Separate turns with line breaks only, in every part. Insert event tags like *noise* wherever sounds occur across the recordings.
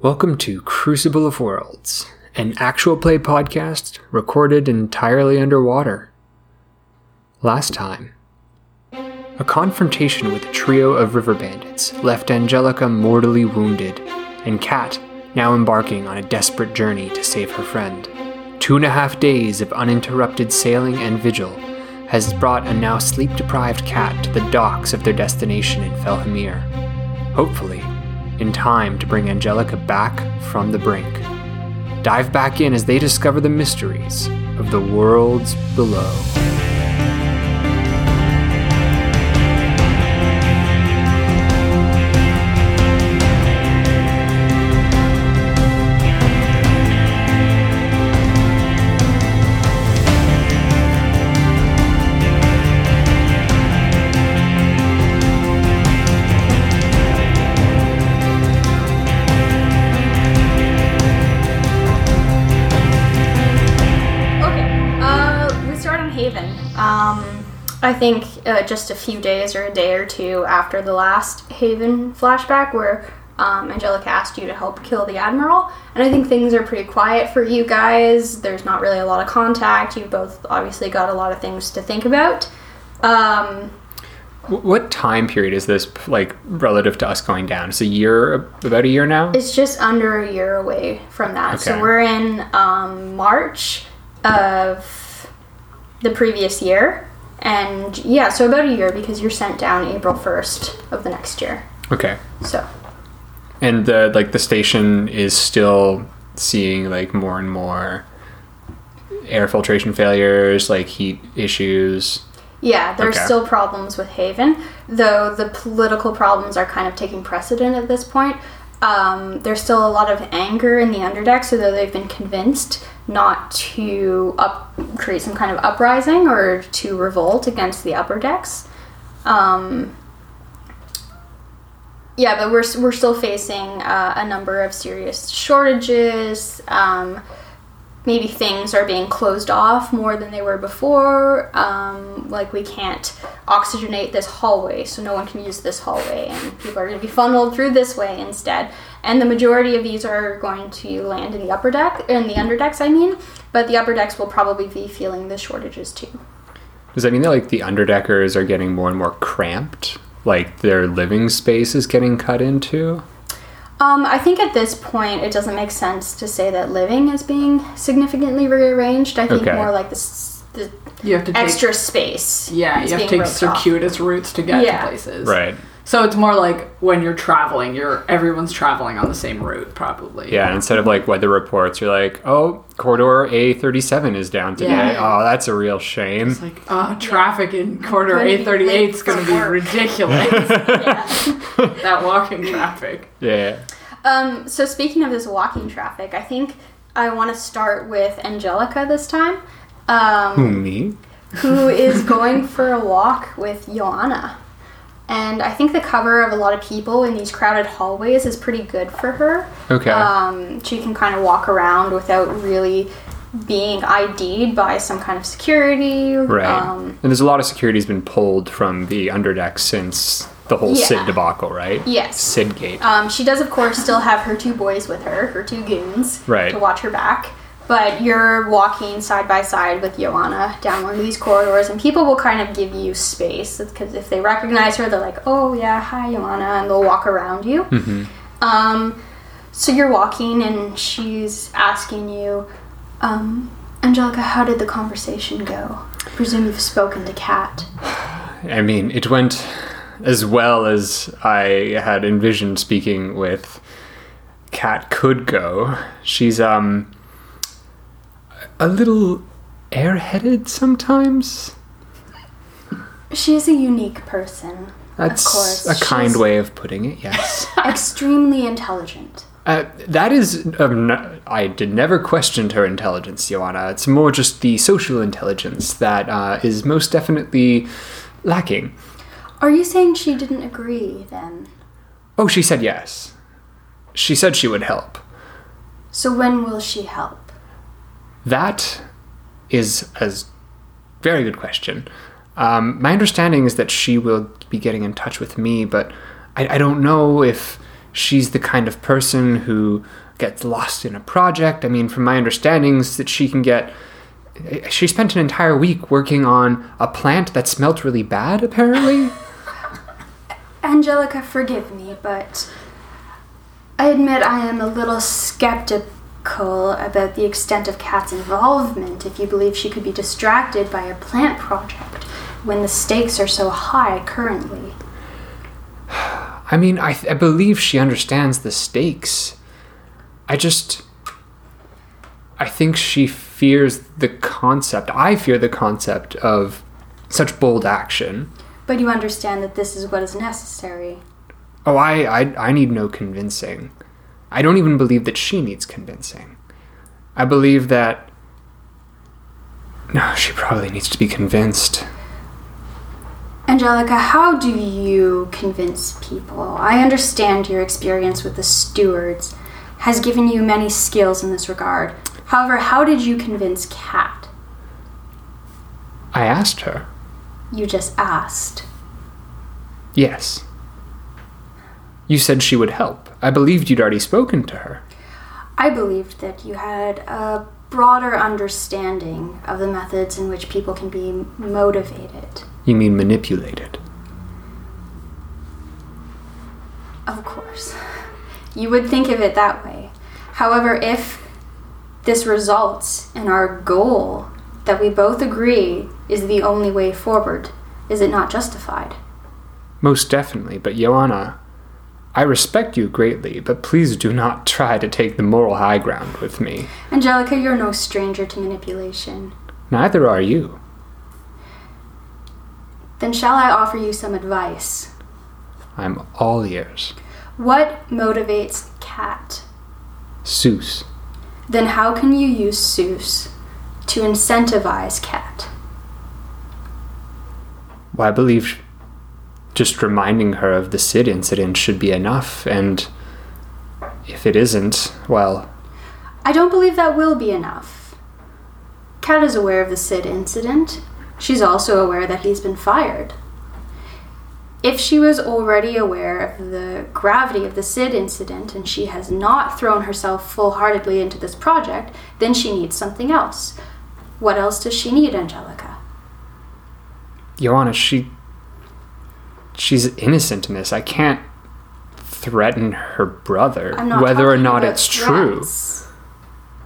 Welcome to Crucible of Worlds, an actual play podcast recorded entirely underwater. Last time, a confrontation with a trio of river bandits left Angelica mortally wounded, and Kat now embarking on a desperate journey to save her friend. Two and a half days of uninterrupted sailing and vigil has brought a now sleep deprived Kat to the docks of their destination in Felhamir. Hopefully, in time to bring Angelica back from the brink. Dive back in as they discover the mysteries of the worlds below.
Okay, uh, we start on Haven. Um, I think uh, just a few days or a day or two after the last Haven flashback, where um, Angelica asked you to help kill the Admiral, and I think things are pretty quiet for you guys. There's not really a lot of contact. You both obviously got a lot of things to think about. Um,
W- What time period is this, like, relative to us going down? It's a year, about a year now?
It's just under a year away from that. So
Okay.
we're in um, March of the previous year. And yeah, so about a year because you're sent down April 1st of the next year.
Okay.
So
And the, like, the station is still seeing, like, more and more air filtration failures, like, heat issues.
yeah, there's
Okay.
still problems with Haven, though the political problems are kind of taking precedent at this point. Um, there's still a lot of anger in the underdecks, although they've been convinced not to up- create some kind of uprising or to revolt against the upper decks. Um, yeah, but we're, we're still facing uh, a number of serious shortages. Um, maybe things are being closed off more than they were before. Um, like we can't oxygenate this hallway, so no one can use this hallway, and people are going to be funneled through this way instead. And the majority of these are going to land in the upper deck, in the under decks, I mean. But the upper decks will probably be feeling the shortages too.
Does that mean that, like, the underdeckers are getting more and more cramped? Like, their living space is getting cut into?
Um, I think at this point it doesn't make sense to say that living is being significantly rearranged. I think
Okay.
more like this, the
You have to take,
extra space.
yeah,
is
you have to
being
take
roped off.
circuitous routes to get
Yeah.
to places.
Right.
So it's more like when you're traveling, you're everyone's traveling on the same route probably.
Yeah, and instead of like weather reports, you're like, oh, corridor A37 is down today.
Yeah.
Oh, that's a real shame.
It's like, uh, traffic in corridor
Gonna be
A38 is
late
going to
for
be
work.
ridiculous.
*laughs*
that walking traffic.
Yeah.
Um, so speaking of this walking traffic, I think I want to start with Angelica this time, um,
Who, me?
who is going for a walk with Joanna. And I think the cover of a lot of people in these crowded hallways is pretty good for her.
Okay.
Um, she can kind of walk around without really being ID'd by some kind of security.
right.
Um,
and there's a lot of security's been pulled from the underdeck since the whole
Yeah.
Sid debacle, right?
Yes.
Sid Gate.
Um, she does, of course, still have her two boys with her, her two goons,
Right.
to watch her back. But you're walking side by side with Joanna down one of these corridors, and people will kind of give you space because if they recognize her, they're like, "Oh yeah, hi Joanna," and they'll walk around you.
Mm-hmm.
Um, so you're walking, and she's asking you, um, "Angelica, how did the conversation go? I presume you've spoken to Kat."
I mean, it went as well as I had envisioned speaking with Cat could go. She's um a little airheaded sometimes.
She's a unique person,
That's
course,
a kind
she's-
way of putting it.
*laughs*
Yes.
extremely intelligent.
Uh, that is, um, n- I did never questioned her intelligence, Joanna. It's more just the social intelligence that uh, is most definitely lacking.
Are you saying she didn't agree then?
Oh, she said yes. She said she would help.
So when will she help?
That is a s- very good question. Um, my understanding is that she will be getting in touch with me, but I, I don't know if she's the kind of person who gets lost in a project. I mean, from my understandings, that she can get. She spent an entire week working on a plant that smelt really bad, apparently.
Angelica, forgive me, but I admit I am a little skeptical about the extent of Kat's involvement if you believe she could be distracted by a plant project when the stakes are so high currently.
I mean, I, th- I believe she understands the stakes. I just. I think she fears the concept. I fear the concept of such bold action.
But you understand that this is what is necessary.
Oh, I, I, I need no convincing. I don't even believe that she needs convincing. I believe that. No, she probably needs to be convinced.
Angelica, how do you convince people? I understand your experience with the stewards has given you many skills in this regard. However, how did you convince Kat?
I asked her.
You just asked.
Yes. You said she would help. I believed you'd already spoken to her.
I believed that you had a broader understanding of the methods in which people can be motivated.
You mean manipulated?
Of course. You would think of it that way. However, if this results in our goal that we both agree is the only way forward, is it not justified?
Most definitely, but Joanna, I respect you greatly, but please do not *laughs* try to take the moral high ground with me.
Angelica, you're no stranger to manipulation.
Neither are you.
Then shall I offer you some advice?
I'm all ears.
What motivates Cat?
Seuss.
Then how can you use Seuss to incentivize Cat?
Well, I believe just reminding her of the Sid incident should be enough, and if it isn't, well,
I don't believe that will be enough. Kat is aware of the Sid incident. She's also aware that he's been fired. If she was already aware of the gravity of the Sid incident and she has not thrown herself full heartedly into this project, then she needs something else. What else does she need, Angelica?
Joanna, she. She's innocent in this. I can't threaten her brother,
I'm not
whether or
talking
not
about
it's true.
threats.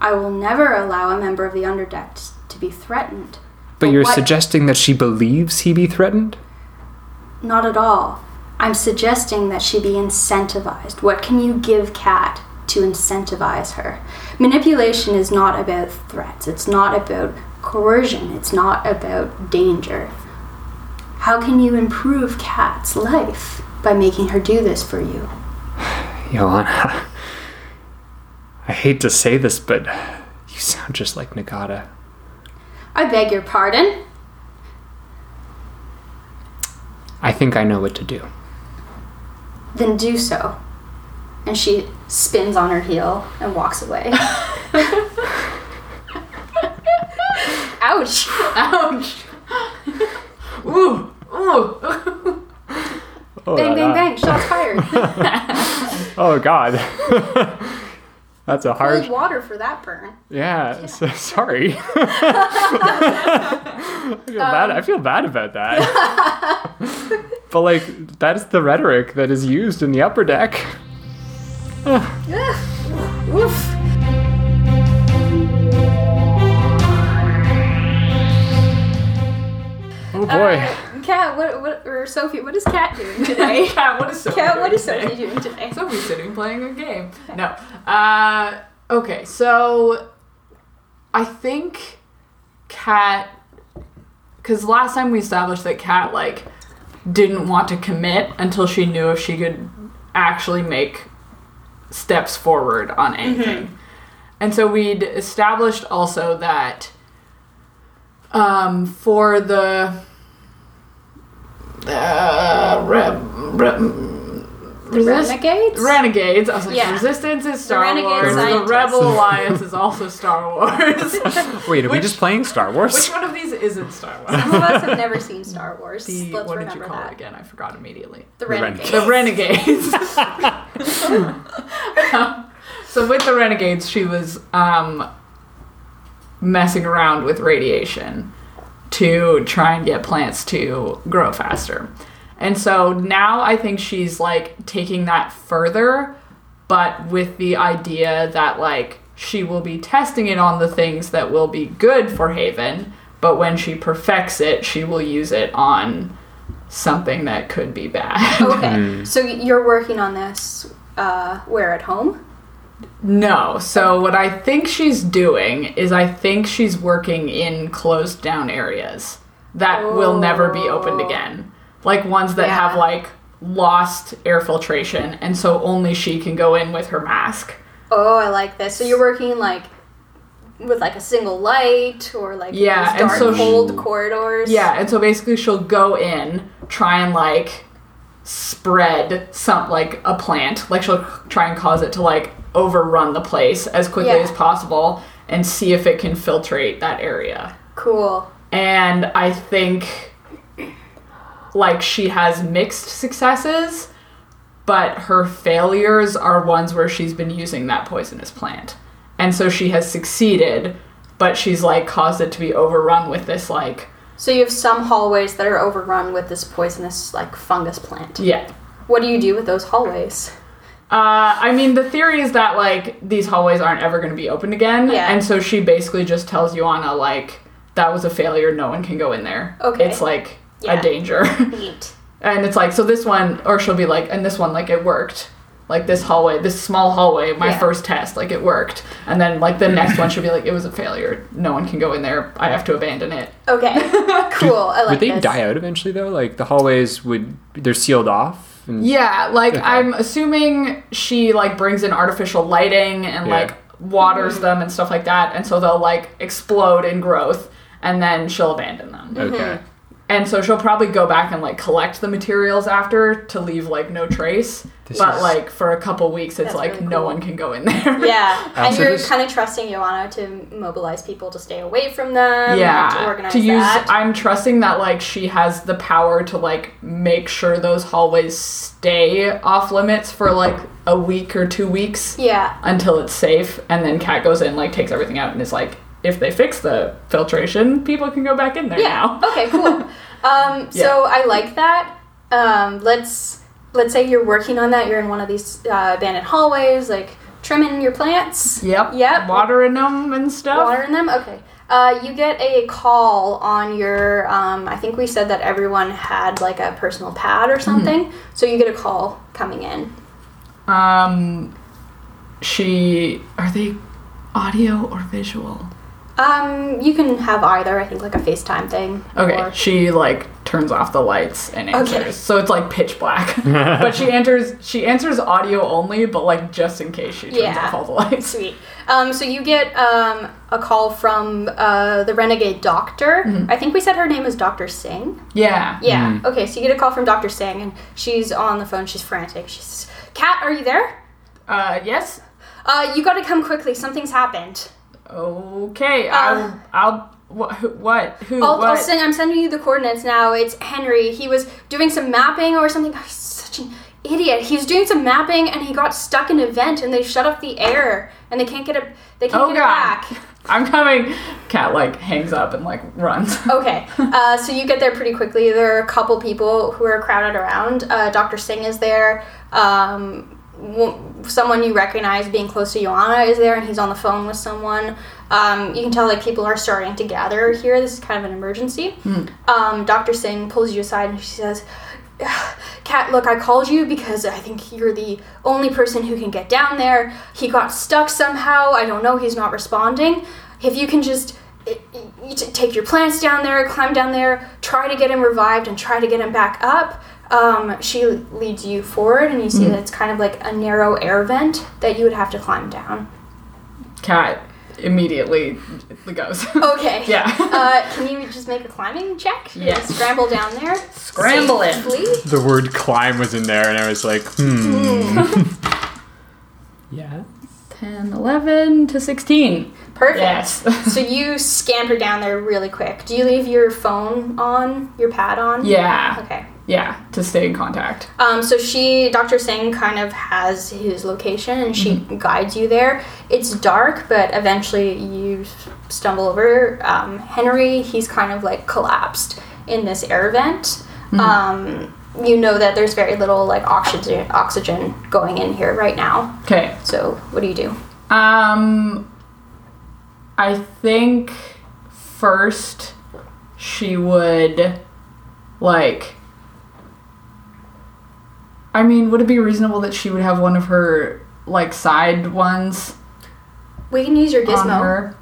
I will never allow a member of the Underdeck t- to be threatened.
But you're
what-
suggesting that she believes he be threatened?
Not at all. I'm suggesting that she be incentivized. What can you give Kat to incentivize her? Manipulation is not about threats, it's not about coercion, it's not about danger. How can you improve Kat's life by making her do this for you?
Joanna, I hate to say this, but you sound just like Nagata.
I beg your pardon.
I think I know what to do.
Then do so. And she spins on her heel and walks away. *laughs* Ouch!
Ouch. ooh, ooh.
*laughs* Bang, bang, bang, shots fired.
*laughs*
Oh God, *laughs* that's a hard.
Cold water for that burn.
Yeah, so- *laughs* sorry. I, feel bad. I feel bad about that. *laughs* but like, that's the rhetoric that is used in the upper deck.
Oof.
Oh boy.
Cat, what, what, or Sophie, what is Cat doing
*laughs*
today?
Cat, what is Sophie
Cat, what
doing
is
today?
Sophie doing today?
Sophie's sitting playing a game. No. Uh, okay, so I think Kat. Because last time we established that Kat, like, didn't want to commit until she knew if she could actually make steps forward on anything. And so we'd established also that um, for the. Uh, re- re-
The Renegades?
Renegades. I was like,
Yeah.
Resistance is Star
Renegade
Wars.
scientists.
The Rebel Alliance is also Star Wars.
Wait, are we
Which-
just playing Star
*laughs* Which
Wars?
one of these isn't Star *laughs* Wars?
Some of us have never seen Star Wars.
The,
Let's
what did you
remember
call it
that.
again? I forgot immediately.
The
Renegades.
Renegades.
The Renegades. so with the Renegades, she was um, messing around with radiation to try and get plants to grow faster. And so now I think she's like taking that further, but with the idea that like she will be testing it on the things that will be good for Haven, but when she perfects it, she will use it on something that could be bad. *laughs* Hmm.
Okay, so you're working on this. Uh, where at home?
No. So what I think she's doing is I think she's working in closed down areas that will never be opened again. Like ones that have
Oh. Yeah.
like lost air filtration and so only she can go in with her mask.
Oh, I like this. So you're working like with like a single light or like
Yeah,
those
and
dark
so she-
cold corridors.
Yeah, and so basically she'll go in, try and like spread some like a plant, like she'll try and cause it to like overrun the place as quickly
Yeah.
as possible and see if it can filtrate that area.
cool.
and I think like she has mixed successes, but her failures are ones where she's been using that poisonous plant. And so she has succeeded, but she's like caused it to be overrun with this like
So you have some hallways that are overrun with this poisonous like fungus plant.
yeah.
What do you do with those hallways?
Uh, I mean, the theory is that like these hallways aren't ever going to be opened again,
Yeah.
and so she basically just tells Yuana like that was a failure. No one can go in there.
Okay.
it's like
Yeah.
a danger. *laughs*
Neat.
and it's like so this one or she'll be like and this one like it worked like this hallway this small hallway my
Yeah.
first test like it worked and then like the next one she'll be like it was a failure no one can go in there i have to abandon it
Okay, cool. I like
Would they
this.
die out eventually though? Like the hallways would they're sealed off and
yeah like
Okay.
i'm assuming she like brings in artificial lighting and
Yeah.
like waters them and stuff like that and so they'll like explode in growth and then she'll abandon them
Okay.
and so she'll probably go back and like collect the materials after to leave like no trace
This
but
is-
like for a couple weeks it's
That's
like
really
no
cool.
one can go in there
Yeah, and
so
you're
this-
kind of trusting Joanna to mobilize people to stay away from them. and to
yeah
organize
to use
that.
i'm trusting that like she has the power to like make sure those hallways stay off limits for like a week or two weeks
yeah,
until it's safe and then kat goes in like takes everything out and is like if they fix the filtration people can go back in there
yeah.
now
Okay, cool. Um, So I like that. Um, let's let's say you're working on that. You're in one of these uh, abandoned hallways, like trimming your plants.
yep
Yep.
watering them and stuff
Watering them. Okay. Uh, you get a call on your. Um, I think we said that everyone had like a personal pad
Mm-hmm.
or something. So you get a call coming in.
Um, she are they audio or visual?
Um, you can have either. I think like a FaceTime thing.
Okay,
or-
she like turns off the lights and answers,
Okay.
so it's like pitch black. *laughs* but she answers she answers audio only, but like just in case she turns
Yeah.
off all the lights.
Sweet. Um, so you get um, a call from uh, the renegade doctor.
Mm-hmm.
I think we said her name is Doctor Singh.
Yeah.
Yeah. Okay. So you get a call from Doctor Singh, and she's on the phone. She's frantic. She's, "Cat, are you there?
Uh, yes.
Uh, you got to come quickly. Something's happened.
Okay.
Uh.
I'll. I'll. Wh- who, what? Who?
I'll, I'll
what?
send. I'm sending you the coordinates now. It's Henry. He was doing some mapping or something. Oh, he's such an idiot. He's doing some mapping, and he got stuck in a vent, and they shut off the air, and they can't get it. They can't
Oh,
get it
God. *laughs*
back.
I'm coming. Cat like hangs up and like runs.
*laughs* Okay, uh, so you get there pretty quickly. There are a couple people who are crowded around. Uh, Dr. Singh is there. Um, w- someone you recognize being close to Joanna is there, and he's on the phone with someone. Um, you can tell like people are starting to gather here. This is kind of an emergency. Um, Dr. Singh pulls you aside and she says, Kat, look, I called you because I think you're the only person who can get down there. He got stuck somehow. I don't know. He's not responding. If you can just i- i- you t- take your plants down there, climb down there, try to get him revived, and try to get him back up. Um, she leads you forward, and you
Hmm.
see that it's kind of like a narrow air vent that you would have to climb down.
Cat, immediately goes. *laughs*
Okay.
yeah.
*laughs* Uh, can you just make a climbing check? Can you
Yeah.
Scramble down there.
Scramble it.
Please.
The word climb was in there, and I was like, hmm.
*laughs*
yeah.
10, 11 to 16.
Perfect.
Yes. *laughs*
So you scamper down there really quick. Do you leave your phone on, your pad on?
yeah.
Okay.
Yeah. To stay in contact.
Um, so she, Dr. Singh, kind of has his location and she
Mm-hmm.
guides you there. It's dark, but eventually you stumble over um, Henry. He's kind of like collapsed in this air vent.
Mm-hmm.
Um, you know that there's very little like oxygen oxygen going in here right now.
Okay.
So what do you do?
Um, I think first she would like. I mean, would it be reasonable that she would have one of her like side ones
We can use your
on
gizmo.
her?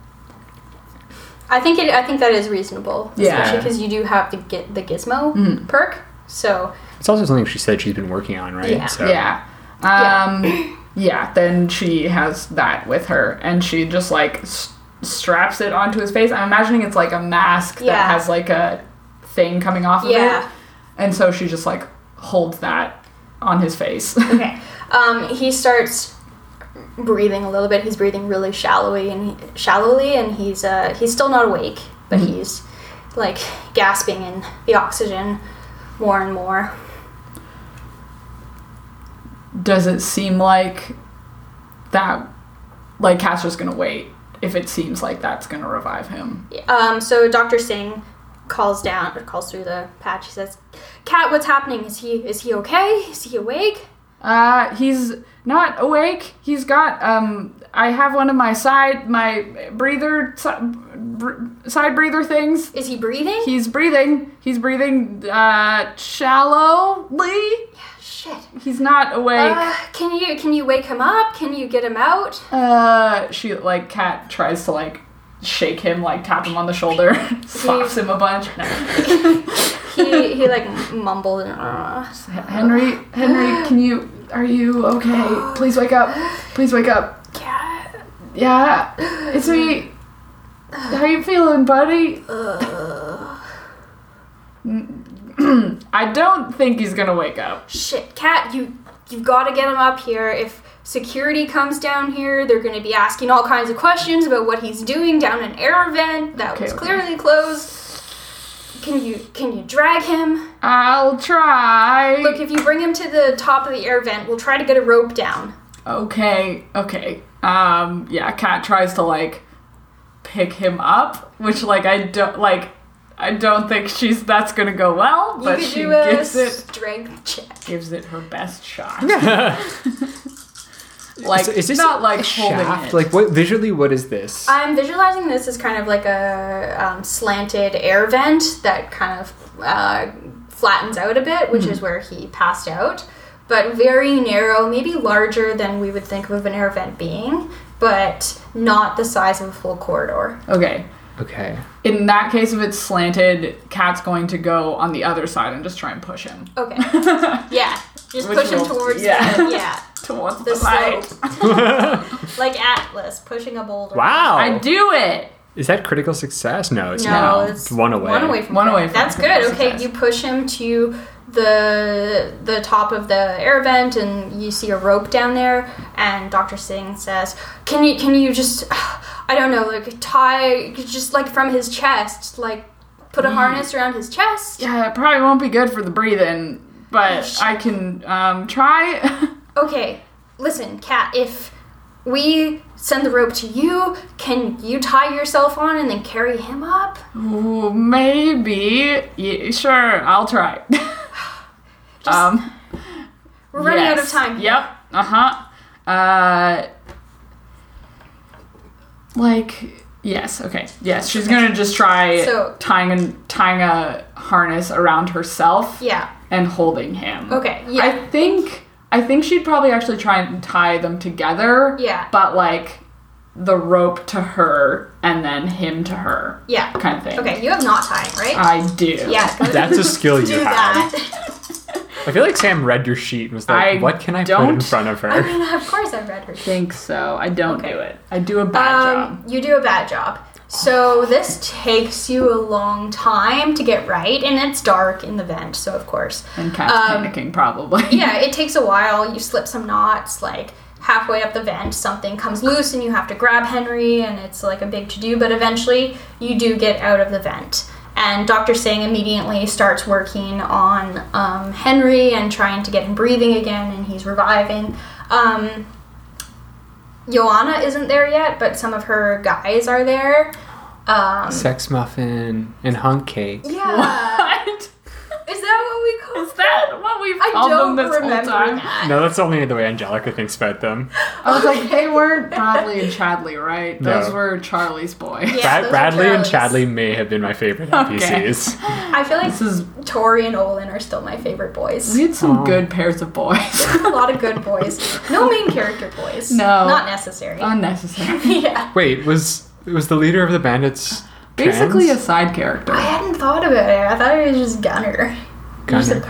I think it. I think that is reasonable.
Yeah. Mm.
Especially because you do have to get the gizmo perk. So
It's also something she said she's been working on, right?
Yeah.
So,
Yeah. Um, *coughs* yeah. Then she has that with her, and she just like s- straps it onto his face. I'm imagining it's like a mask
Yeah.
that has like a thing coming off of
Yeah.
it, and so she just like holds that on his face. *laughs*
Okay. Um, he starts breathing a little bit. He's breathing really shallowly and he, shallowly, and he's uh, he's still not awake, but he's like gasping in the oxygen more and more.
Does it seem like that? Like Cat's just gonna wait if it seems like that's gonna revive him.
Um, so Doctor Singh calls down or calls through the patch. He says, "Cat, what's happening? Is he is he okay? Is he awake?"
Uh, he's not awake. He's got um. I have one of my side my breather si- br- side breather things.
Is he breathing?
He's breathing. He's breathing uh shallowly.
Shit.
He's not awake.
Uh, can you can you wake him up? Can you get him out?
Uh, she like cat tries to like shake him, like tap him on the shoulder, *laughs* slaps him a bunch.
He he like *laughs* mumbled and. Uh,
Henry, Henry, can you? Are you okay? Please wake up. Please wake up.
cat.
Yeah, it's me. How you feeling, buddy? *clears throat* I don't think he's gonna wake up.
Shit, Cat, you you've got to get him up here. If security comes down here, they're going to be asking all kinds of questions about what he's doing down an air vent that
Okay,
was
okay.
clearly closed. Can you can you drag him?
I'll try.
Look, if you bring him to the top of the air vent, we'll try to get a rope down.
Okay, okay. Um, yeah, Kat tries to like pick him up, which like I don't like. I don't think she's that's gonna go well,
You
but
could
she
do a
gives it
strength check.
gives it her
*laughs*
best shot.
is,
Like
is this
not like
a
holding
shaft?
it.
Like, what visually? What is this?
I'm visualizing this as kind of like a um, slanted air vent that kind of uh, flattens out a bit,
Hmm.
which is where he passed out, but very narrow, maybe larger than we would think of an air vent being, but not the size of a full corridor.
okay,
okay.
In that case, if it's slanted, Cat's going to go on the other side and just try and push him *laughs*
Okay. yeah. Just
Which
push him
will-
towards
yeah.
the yeah.
towards the, *laughs*
The
light.
slope. *laughs* like Atlas pushing a boulder.
Wow.
I do it.
Is that critical success? No, it's
*laughs*
not.
No,
No,
it's
one away.
One away from
One
crit.
away from
That's
crit.
good.
That's
Okay,
nice.
you push him to the the top of the air vent, and you see a rope down there. And Doctor Singh says, "Can you can you just, *sighs* I don't know, like tie just like from his chest, like put a harness around his chest."
Yeah, it probably won't be good for the breathing, but I can um, try. *laughs*
Okay, listen, Cat. If we send the rope to you, can you tie yourself on and then carry him up?
Ooh, maybe. Yeah, sure, I'll try. *laughs* um,
We're running out of
yes.
time.
Yep. Uh huh. Uh, like yes. Okay. Yes, she's gonna just try
So-
tying an, tying a harness around herself.
Yeah.
and holding him.
Okay. Yeah.
I think I think she'd probably actually try and tie them together.
Yeah.
But like the rope to her and then him to her.
yeah.
Kind of thing. Uh,
Okay, you have knot tying, right?
I do.
Yeah.
That's a skill you
do
have.
that.
I feel like Sam read your sheet and was like,
I
"What can I put in
don't-
front of
I
*laughs*
her?"
mean, of course I read her.
think so. I don't
Okay.
do it. I do a bad
Um, you do a bad job. So this takes you a long time to get right, and it's dark in the vent, so of course.
job. And cat's
um,
panicking probably. *laughs*
Yeah, it takes a while. You slip some knots, like halfway up the vent, something comes loose, and you have to grab Henry, and it's like a big to do, but eventually you do get out of the vent. And Dr. Singh immediately starts working on um, Henry and trying to get him breathing again, and he's reviving. Um, Joanna isn't there yet, but some of her guys are there. Um,
Sex muffin and hunk cake. *laughs*
yeah.
What?
Is that what we call
Is that what we've
I
called
don't
them this whole
remember
time?
that.
No, that's only the way Angelica thinks about them.
I was
*laughs*
like, they weren't Bradley and Chadley, right?
No.
Those were Charlie's boy.
Yeah,
Brad-
those are
Bradley and
Charlie's.
Chadley may have been my favorite
Okay.
NPCs.
I feel like
*laughs* This is
Tori and Olin are still my favorite boys.
we had some
Oh.
good pairs of boys.
*laughs*
*laughs*
a lot of good boys. No main character boys.
No.
Not necessary.
Unnecessary.
*laughs* yeah.
Wait, was was the leader of the bandits trans?
Basically a side character.
I hadn't thought about it. I thought it was just Gunner. He's a
Gunner?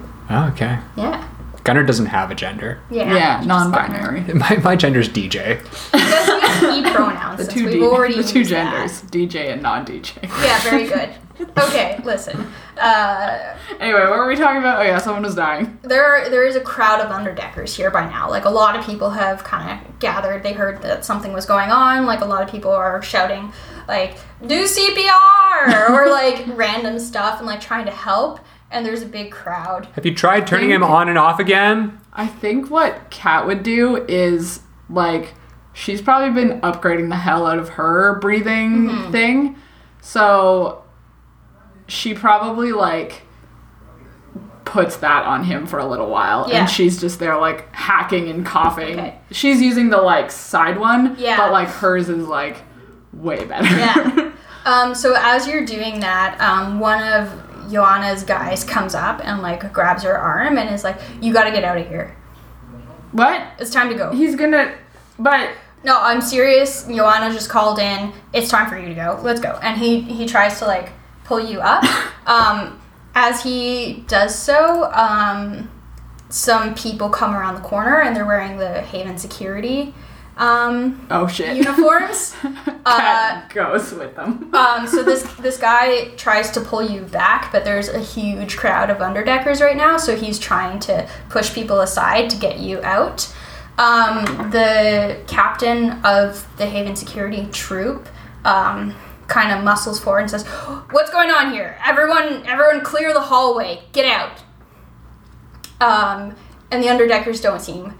partier.
Oh, okay.
Yeah.
Gunner doesn't have a gender. *laughs*
Yeah.
Yeah,
Just Gunner.
non-binary.
My my gender's DJ.
*laughs*
That's the he pronouns.
The
since
two
we've
D,
already
the two
used that.
genders, DJ and non-DJ.
Yeah, very good. Okay, listen. Uh,
*laughs* Anyway, what were we talking about? Oh yeah, someone was dying.
there, there is a crowd of underdeckers here by now. Like a lot of people have kind of gathered. They heard that something was going on. Like a lot of people are shouting, like "Do CPR" or like random stuff and like trying to help. And there's a big crowd.
Have you tried turning him
Thank-
on and off again?
I think what Kat would do is like she's probably been upgrading the hell out of her breathing
Mm-hmm.
thing. So she probably like puts that on him for a little while
Yeah.
and she's just there like hacking and coughing.
Okay.
She's using the like side one,
Yeah.
but like hers is like way better.
Yeah.
*laughs*
Um, so as you're doing that, um, one of Joanna's guys comes up and like grabs her arm and is like, "You got to get out of here.
what?
It's time to go."
He's gonna but
No, I'm serious. Joanna just called in. It's time for you to go. Let's go. And he he tries to like pull you up. um, as he does so, um, some people come around the corner and they're wearing the Haven security um,
oh shit.
uniforms.
*laughs* Kat
uh,
goes with them.
Um, so this this guy tries to pull you back, but there's a huge crowd of underdeckers right now, so he's trying to push people aside to get you out. Um, the captain of the Haven security troop um, kind of muscles forward and says, "What's going on here? Everyone, everyone, clear the hallway. Get out!" Um, and the underdeckers don't seem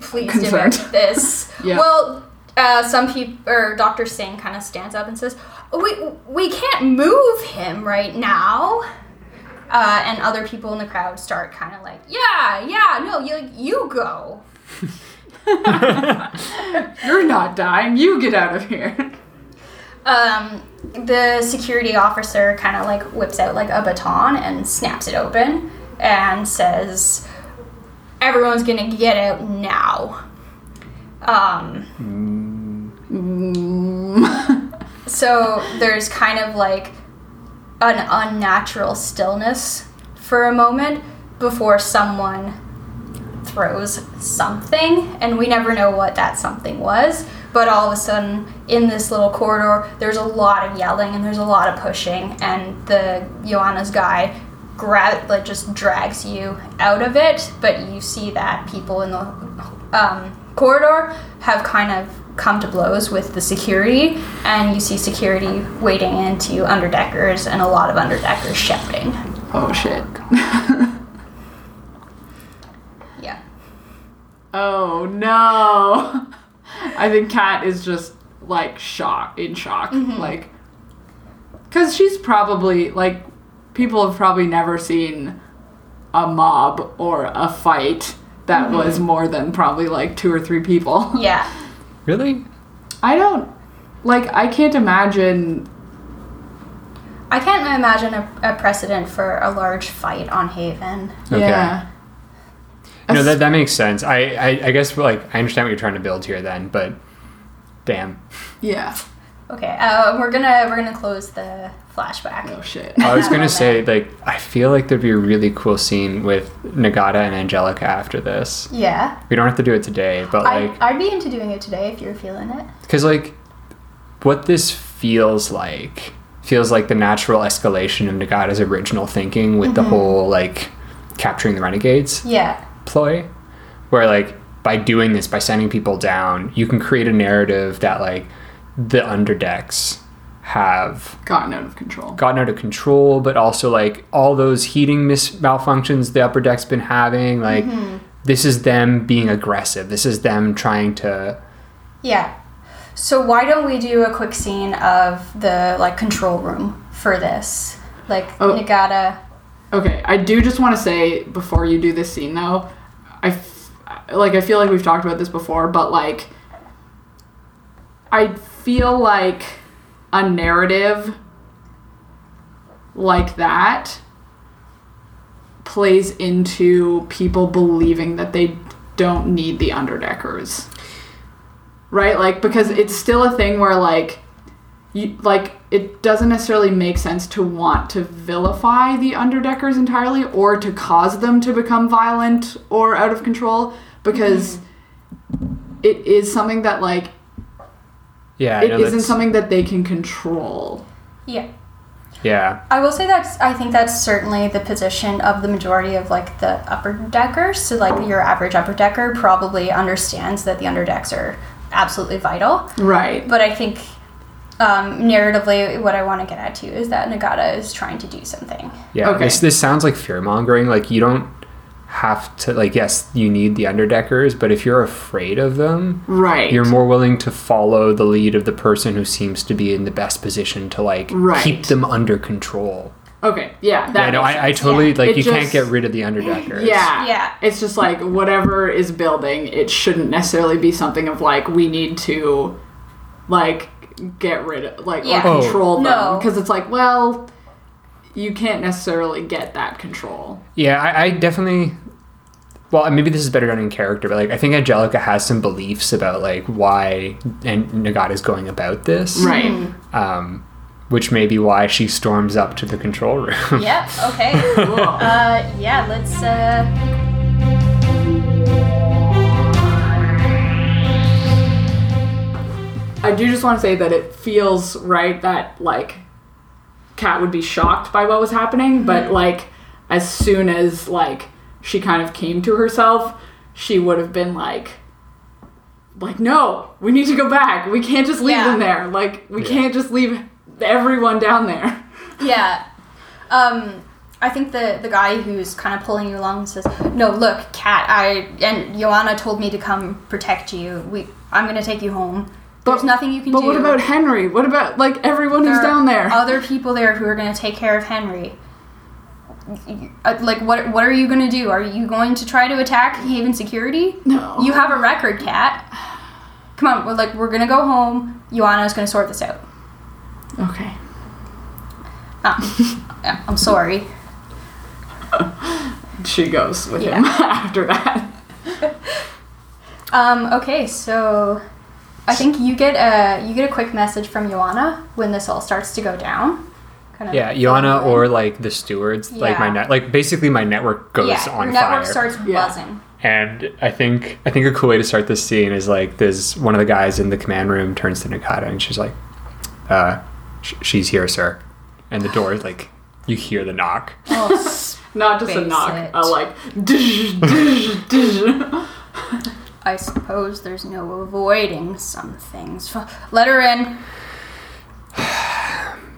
pleased
Concerned.
about this.
Yeah.
Well, uh, some people, or Doctor Singh, kind of stands up and says, "We we can't move him right now." Uh, and other people in the crowd start kind of like, "Yeah, yeah, no, you you go."
You're not dying. You get out of here.
Um, the security officer kind of like whips out like a baton and snaps it open and says, "Everyone's gonna get out now." Um, so there's kind of like an unnatural stillness for a moment before someone throws something and we never know what that something was but all of a sudden in this little corridor there's a lot of yelling and there's a lot of pushing and the Joanna's guy grab like just drags you out of it but you see that people in the um, corridor have kind of come to blows with the security and you see security wading into underdeckers and a lot of underdeckers shouting
Oh shit.
yeah
*laughs* oh no. *laughs* I think Kat is just like shock in shock. Like cuz she's probably like people have probably never seen a mob or a fight that was more than probably like two or three people. *laughs*
yeah
Really?
I don't like I can't imagine
I can't imagine a, a precedent for a large fight on Haven.
Okay.
yeah.
No, that, that makes sense. I, I I guess like I understand what you're trying to build here then, but damn.
yeah.
Okay, uh, we're gonna we're gonna close the flashback.
Oh shit.
I was gonna say, like, I feel like there'd be a really cool scene with Nagata and Angelica after this.
Yeah,
We don't have to do it today, but like,
I, I'd be into doing it today if you're feeling it.
Because, like, what this feels like feels like the natural escalation of Nagata's original thinking with the
Mm-hmm.
whole, like, capturing the renegades
Yeah,
ploy. Where, like, by doing this, by sending people down, you can create a narrative that, like, the underdecks have
Gotten out of control.
gotten out of control, but also, like, all those heating mis- malfunctions the upper deck's been having. Like,
Mm-hmm.
this is them being aggressive. This is them trying to.
yeah. So why don't we do a quick scene of the like control room for this? Like
Oh.
Nagata.
Okay, I do just want to say before you do this scene though, I f- like I feel like we've talked about this before, but like I feel like a narrative like that plays into people believing that they don't need the underdeckers. Right? Like because it's still a thing where like you, like it doesn't necessarily make sense to want to vilify the underdeckers entirely or to cause them to become violent or out of control because
Mm-hmm.
it is something that like
Yeah, I
it
know
isn't
that's-
something that they can control.
Yeah.
Yeah,
I will say that's I think that's certainly the position of the majority of like the upper deckers. So like your average upper decker probably understands that the underdecks are absolutely vital.
Right.
But I think um, narratively, what I want to get at too is that Nagata is trying to do something.
Yeah.
Okay.
This this sounds like fear mongering. Like you don't have to like yes, you need the underdeckers, but if you're afraid of them,
Right.
you're more willing to follow the lead of the person who seems to be in the best position to like
Right.
keep them under control.
okay. Yeah. That
Yeah, no,
makes
I, I
sense.
totally
Yeah.
like
It
you can't
just-
get rid of the underdeckers.
yeah.
Yeah.
It's just like whatever is building, it shouldn't necessarily be something of like we need to like get rid of like
Yeah.
Oh.
or control them
No.
because it's like well you can't necessarily get that control.
Yeah, I, I definitely. Well, maybe this is better done in character, but like I think Angelica has some beliefs about like why and Nagata's going about this,
Mm-hmm.
Right.
Um, which may be why she storms up to the control room.
Yep. Okay.
*laughs* Cool.
uh, yeah. Let's. Uh,
I do just want to say that it feels right that like Kat would be shocked by what was happening, but
Mm-hmm.
like as soon as like she kind of came to herself, she would have been like like no, we need to go back. We can't just leave
Yeah.
them there. Like we can't just leave everyone down there.
yeah. Um, I think the the guy who's kind of pulling you along says, "No, look, Kat. I and Joanna told me to come protect you. We. I'm gonna take you home. There's nothing you can
But
do.
what about Henry? What about like everyone
There
who's
are
down there?
Other people there who are gonna take care of Henry." Uh, Like what? What are you gonna do? Are you going to try to attack Haven Security?
no.
You have a record, Cat. Come on, we're like we're gonna go home. Ioana's gonna sort this out.
Okay.
Um, yeah, I'm sorry.
She goes with
Yeah.
him *laughs* after that.
Um, okay, so I think you get a you get a quick message from Ioana when this all starts to go down. Kind
Yeah, Ioana or like the stewards, like my
Yeah.
net, like basically my network goes
yeah,
on
your network
fire.
starts
Yeah.
buzzing.
and I think I think a cool way to start this scene is like there's one of the guys in the command room turns to Nakata and she's like, uh, sh- "She's here, sir," and the door is like you hear the knock.
*laughs* Oh,
Not just a
Base
knock,
it.
a like. *laughs* Dish, dish, dish.
I suppose there's no avoiding some things. Let her
*sighs*
in.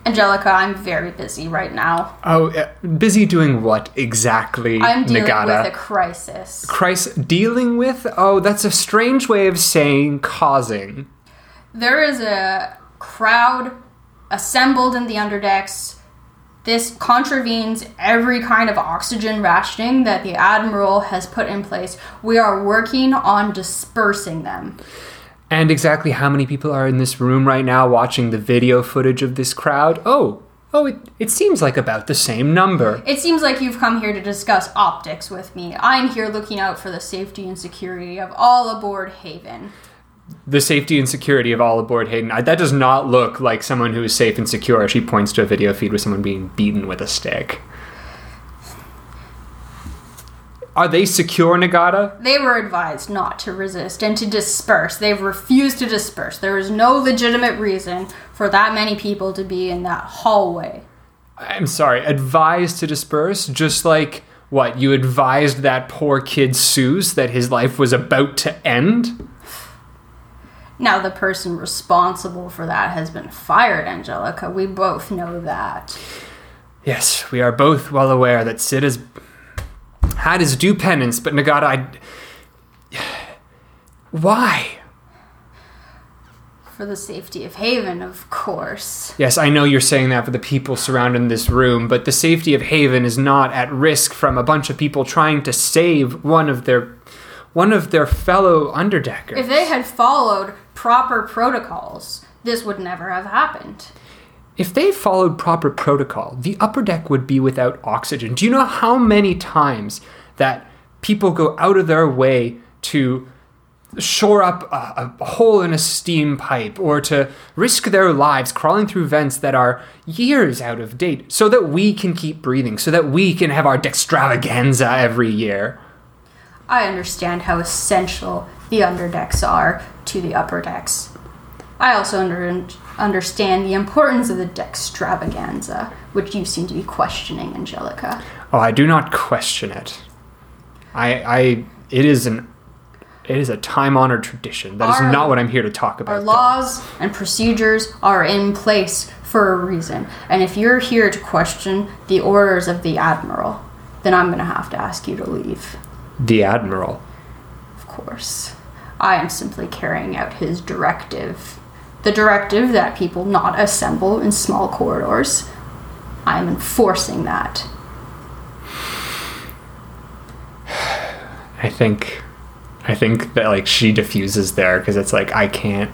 Angelica, I'm very busy right now.
Oh, uh, busy doing what exactly,
I'm dealing
Nagata?
with a crisis.
Christ, dealing with? Oh, that's a strange way of saying causing.
There is a crowd assembled in the underdecks. This contravenes every kind of oxygen rationing that the Admiral has put in place. We are working on dispersing them.
And exactly how many people are in this room right now watching the video footage of this crowd? Oh, oh, it, it seems like about the same number.
It seems like you've come here to discuss optics with me. I'm here looking out for the safety and security of all aboard Haven.
the safety and security of all aboard Hayden. I, that does not look like someone who is safe and secure. She points to a video feed with someone being beaten with a stick. Are they secure, Nagata?
They were advised not to resist and to disperse. They've refused to disperse. There is no legitimate reason for that many people to be in that hallway.
I'm sorry, advised to disperse, just like what? You advised that poor kid Seuss that his life was about to end?
Now, the person responsible for that has been fired, Angelica. We both know that.
Yes, we are both well aware that Sid has had his due penance, but Nagata, I. Why?
For the safety of Haven, of course.
Yes, I know you're saying that for the people surrounding this room, but the safety of Haven is not at risk from a bunch of people trying to save one of their one of their fellow underdeckers.
If they had followed proper protocols, this would never have happened.
If they followed proper protocol, the upper deck would be without oxygen. Do you know how many times that people go out of their way to shore up a, a hole in a steam pipe or to risk their lives crawling through vents that are years out of date so that we can keep breathing, so that we can have our extravaganza every year?
I understand how essential the underdecks are to the upper decks. I also under- understand the importance of the dextravaganza, which you seem to be questioning, Angelica.
Oh, I do not question it. I, I, it is an, it is a time-honored tradition. That is
Our-
not what I'm here to talk about.
Our
though.
laws and procedures are in place for a reason, and if you're here to question the orders of the Admiral, then I'm going to have to ask you to leave,
The admiral.
of course. I am simply carrying out his directive. The directive that people not assemble in small corridors. I am enforcing that.
I think, I think that like she diffuses there because it's like I can't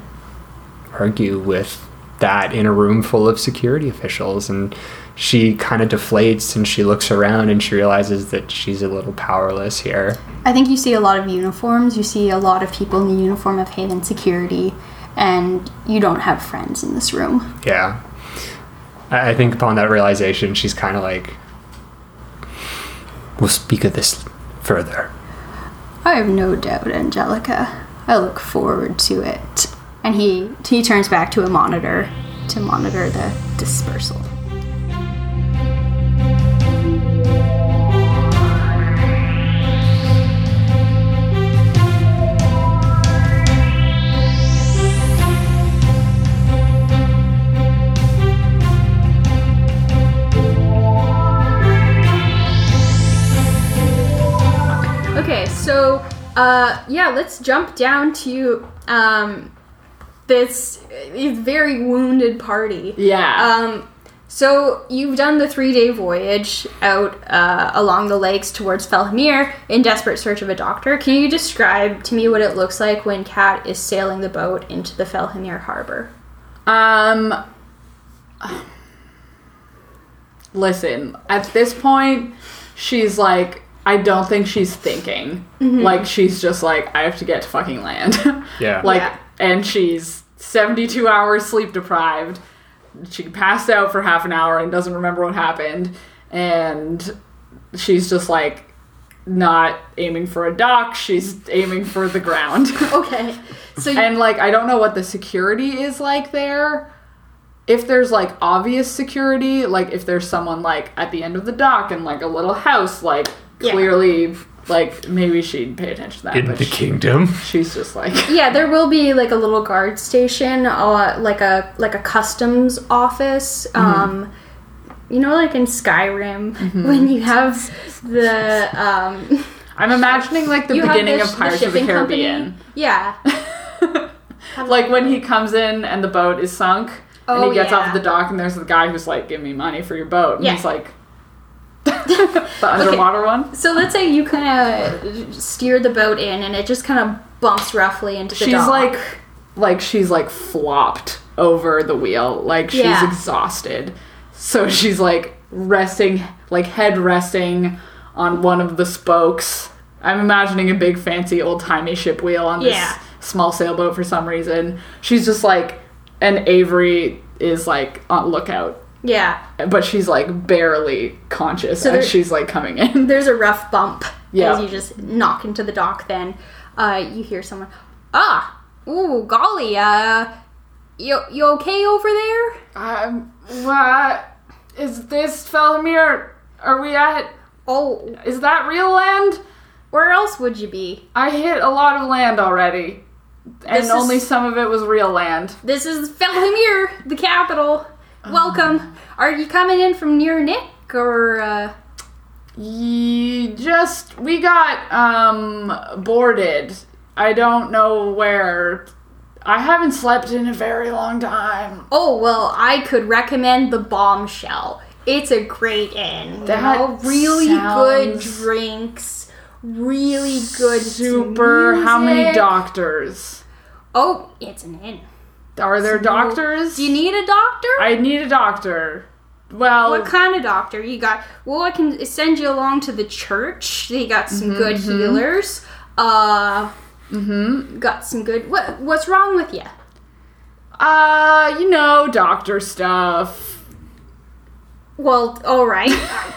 argue with that in a room full of security officials, and she kind of deflates and she looks around and she realizes that she's a little powerless here.
I think you see a lot of uniforms. You see a lot of people in the uniform of Haven Security, and you don't have friends in this room.
Yeah, I, I think upon that realization, she's kind of like, we'll speak of this further.
I have no doubt, Angelica. I look forward to it. And he he turns back to a monitor to monitor the dispersal.
Okay, so
Uh, yeah, let's jump down to um, this uh, very wounded party.
Yeah.
Um, so you've done the three-day voyage out uh, along the lakes towards Felhmir in desperate search of a doctor. Can you describe to me what it looks like when Kat is sailing the boat into the Felhmir harbor?
Um. Listen, at this point, she's like, I don't think she's thinking. Like, she's just like, I have to get to fucking land. *laughs*
Yeah.
like,
Yeah.
and she's 72 hours sleep deprived. She passed out for half an hour and doesn't remember what happened. And she's just like, not aiming for a dock, she's aiming for the ground. *laughs*
Okay, so you,
And like I don't know what the security is like there. If there's like obvious security, like if there's someone like at the end of the dock and like a little house, like
Yeah.
clearly like maybe she'd pay attention to that. but she-
kingdom.
she's just like *laughs*
yeah, there will be like a little guard station, uh, like a like a customs office.
Mm-hmm.
Um, you know, like in Skyrim,
Mm-hmm.
when you have the um,
I'm imagining like *laughs* the
you have
beginning
the sh-
of Pirates of the
shipping company.
Caribbean.
Yeah,
Like when he comes in and the boat is sunk and
Oh,
he gets off
yeah.
the dock and there's the guy who's like, Give me money for your boat and
Yeah.
he's
*laughs*
like *laughs* the underwater one.
So let's say you kind of steer the boat in, and it just kind of bumps roughly into the
she's
dock.
like like she's like flopped over the wheel like she's
Yeah.
exhausted so she's like resting like head resting on one of the spokes i'm imagining a big fancy old-timey ship wheel on this
Yeah.
small sailboat for some reason. She's just like, and Avery is like on lookout,
Yeah.
but she's like barely conscious
So
as
there-
she's like coming in.
There's a rough bump
Yeah.
as you just knock into the dock. Then uh, you hear someone, ah, ooh, golly, uh, you you okay over there?
Um, what is this, Felomir? Are we at?
Oh,
Is that real land?
where else would you be?
I hit a lot of land already, and
This is-
only some of it was real land.
This is Felhimir, the capital.
Um.
Welcome. Are you coming in from near Nick or? Uh,
Ye just we got um boarded. I don't know where. I haven't slept in a very long time.
oh well, I could recommend the Bombshell. It's a great inn. you
That
know? really good
sounds
drinks. Really good
Super. How many
music.
doctors?
Oh, it's an inn.
Are there doctors?
Do you need a doctor?
I need a doctor. Well,
what kind of doctor you got? Well, I can send you along to the church. They got some
Mm-hmm,
good healers. Uh,
Mm-hmm.
got some good. What what's wrong with you?
uh, you know,
*laughs*
doctor stuff.
Well, all right.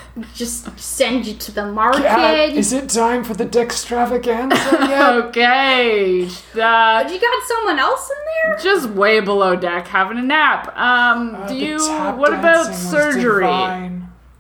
*laughs* Just send you to the market.
Uh, is it time for the
*laughs*
Dextravaganza yet?
Okay.
But
Uh,
you got someone else in there?
just way below deck, having a nap. Um,
Uh,
do you? What about surgery?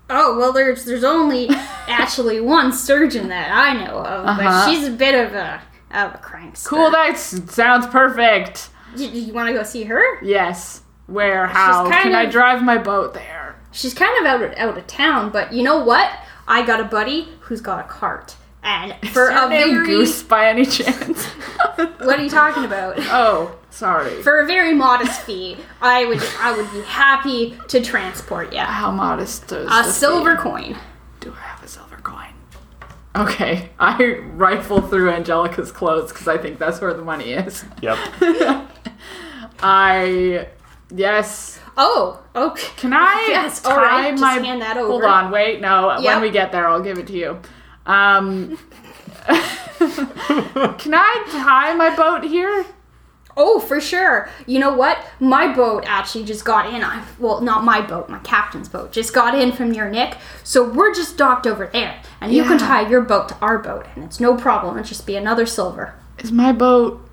Oh well, there's there's
*laughs*
only actually one surgeon that I know of, but
Uh-huh.
she's a bit of a of a crankster.
Cool, that sounds perfect.
You, you want to go see her?
Yes. Where? How?
kind
Can I
of-
drive my boat there?
She's kind of out of, out of town, but you know what? I got a buddy who's got a cart, and for
Is her
a
name
very
Goose by
*laughs*
any chance?
what are you talking about?
oh, sorry.
For a very modest fee, I would I would be happy to transport you.
*laughs* How modest does
A
the
silver
fee-
coin.
Do I have a silver coin? Okay, I rifle through Angelica's clothes because I think that's where the money is.
Yep.
*laughs* I yes.
Oh, okay.
Can I
Yes,
tie
all right, just
my?
hand that
Hold
over.
on, wait. No,
Yep.
when we get there, I'll give it to you. Um, *laughs* can I tie my boat here?
Oh, for sure. You know what? My boat actually just got in. I well, not my boat, my captain's boat just got in from near Nick. So we're just docked over there, and you can
Yeah.
tie your boat to our boat, and it's no problem. It'll just be another silver.
Is my boat?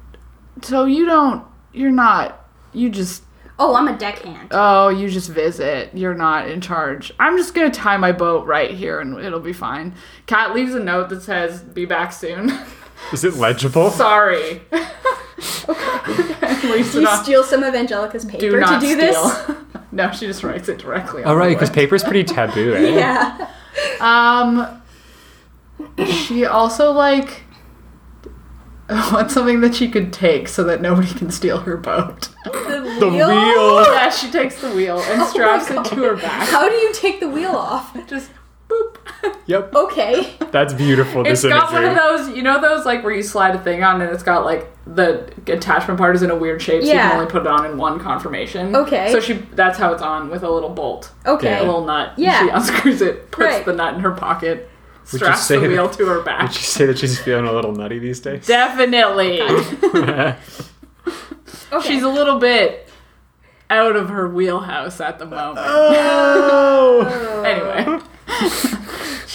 So you don't. You're not. You just.
Oh, I'm a deckhand.
Oh, you just visit. You're not in charge. I'm just gonna tie my boat right here, and it'll be fine. Kat leaves a note that says, "Be back soon." *laughs*
Is it legible?
Sorry. *laughs* okay. leaves
Do
it
you
on.
steal some of Angelica's paper
do not
to do
*laughs*
this?
steal. no, she just writes it directly.
All
on the
right,
board.
because paper's pretty taboo,
*laughs*
eh?
Yeah.
Um, she also like *laughs* wants something that she could take so that nobody can steal her boat. *laughs*
The wheel.
Oh, yeah, she takes the wheel *laughs* and straps it to her back.
How do you take the wheel off?
Just boop. *laughs*
Yep,
Okay.
that's beautiful. This
It's got one of
imagery.
those, you know, those like where you slide a thing on and it's got like the attachment part is in a weird shape, so you
Yeah.
can only put it on in one confirmation.
Okay.
So she, that's how it's on with a little bolt.
Okay.
a little nut.
Yeah.
She unscrews it, puts
Right.
the nut in her pocket,
Would you
straps
say
the
that-
wheel to her back.
Would you say that she's feeling a little nutty these days?
Definitely.
Okay.
*laughs* She's a little bit out of her wheelhouse at the moment. *laughs*
Oh!
Anyway.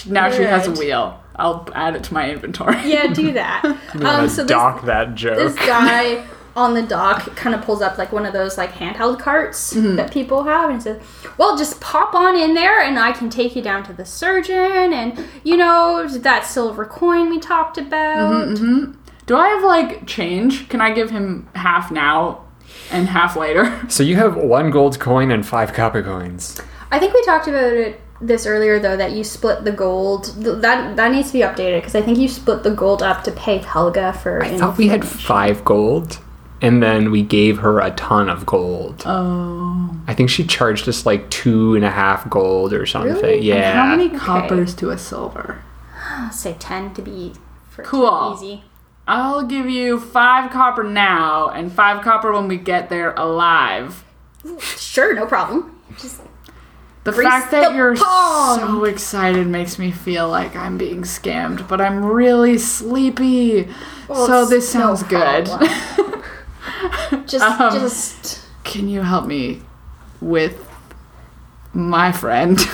now she has a
Right.
wheel. I'll add it to my inventory. *laughs*
yeah, do that. Um, so this,
dock that joke.
this guy on the dock kind of pulls up like one of those like handheld carts
Mm-hmm.
that people have and says, "Well, just pop on in there, and I can take you down to the surgeon, and you know that silver coin we talked about."
Mm-hmm, Do I have like change? Can I give him half now and half later? *laughs*
So you have one gold coin and five copper coins.
I think we talked about it this earlier though that you split the gold Th- that that needs to be updated because I think you split the gold up to pay Helga for.
I thought we had five gold, and then we gave her a ton of gold.
Oh.
I think she charged us like two and a half gold or something.
Really?
Yeah.
How many coppers to a silver?
I'll say ten to be for
Cool.
easy.
I'll give you five copper now and five copper when we get there alive.
Sure, no problem. Just
The
Grease
fact that
the
you're
palm.
so excited makes me feel like I'm being scammed, but I'm really sleepy. so
it's
this
no
sounds good.
Just,
Um,
just
*laughs* Can you help me with my friend? *laughs*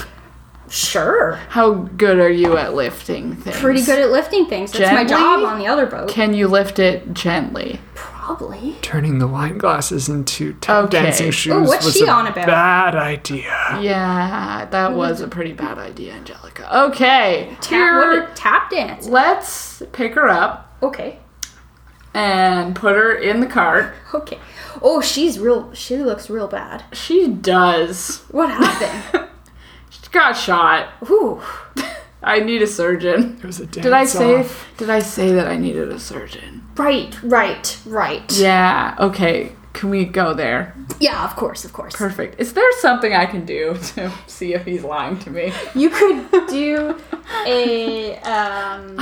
Sure.
How good are you at lifting things?
Pretty good at lifting things. That's my
Gently?
job on the other boat.
Can you lift it gently?
probably.
Turning the wine glasses into tap
Okay.
dancing
Ooh,
shoes
what's
was
she
a
on about?
bad idea.
Yeah,
Mm-hmm.
that was a pretty bad idea, Angelica. Okay,
Tap, what
here,
a- tap dance.
let's pick her up
Okay.
and put her in the cart.
Okay. Oh, she's real. She looks real bad.
She does.
What happened?
*laughs* She got shot.
Ooh.
I need a surgeon.
It was a
Did I
dance
say?
off.
Did I say that I needed a surgeon?
Right, right, right. Yeah,
Yeah. Okay. Can we go there?
of course, of course.
Perfect. Is there something I can do *laughs* to see if he's lying to me?
You could do a. Um,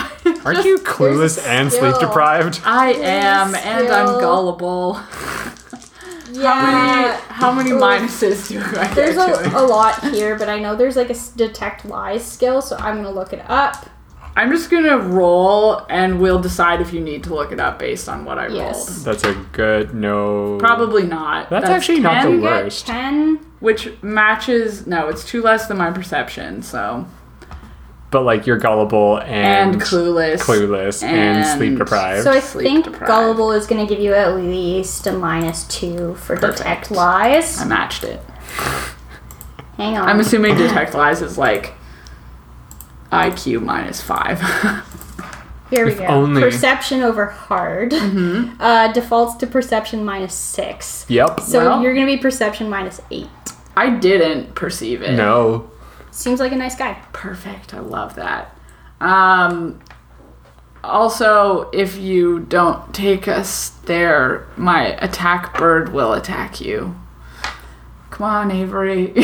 Aren't you
there's
clueless
a
and
skill.
sleep deprived?
I am, and I'm
Still-
gullible.
yeah.
How many minuses do I get?
Uh, There's
to it?
a, a lot here, but I know there's like a s- detect lies skill, so I'm gonna look it up.
I'm just gonna roll, and we'll decide if you need to look it up based on what I rolled.
Yes.
That's a good no.
Probably not.
That's actually not the
10,
word.
Get
First.
ten.
Which matches? No, it's two less than my perception. So
But like you're gullible and,
and, clueless.
clueless and,
and-
sleep deprived.
So I
Sleep
think
deprived.
gullible is gonna give you at least a minus two for detect
Perfect.
lies.
I matched it.
Hang on.
I'm assuming detect lies is like IQ minus five. *laughs*
Here we
If
go.
only-
Perception over hard uh, defaults to perception minus six.
yep.
So
Well.
you're gonna be perception minus eight.
I didn't perceive it.
No.
Seems like a nice guy.
Perfect. I love that. Um, also, if you don't take us there, my attack bird will attack you. Come on, Avery. *laughs*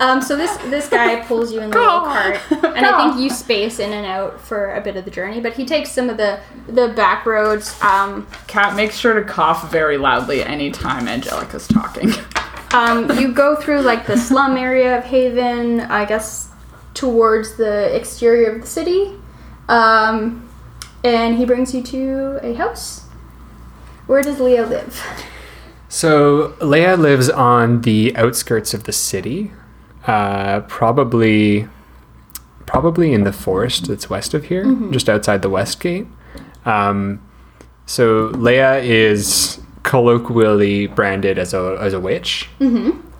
Um, so this this guy pulls you in the little
Go.
cart, and I
Go.
think you space in and out for a bit of the journey. But he takes some of the the back roads. Um,
Cat, make sure to cough very loudly anytime Angelica's talking. *laughs*
um, you go through like the slum area of Haven, I guess, towards the exterior of the city, um, and he brings you to a house. Where does Leah live?
So Leia lives on the outskirts of the city, uh, probably, probably in the forest that's west of here, just outside the west gate. Um, so Leia is colloquially branded as a as a witch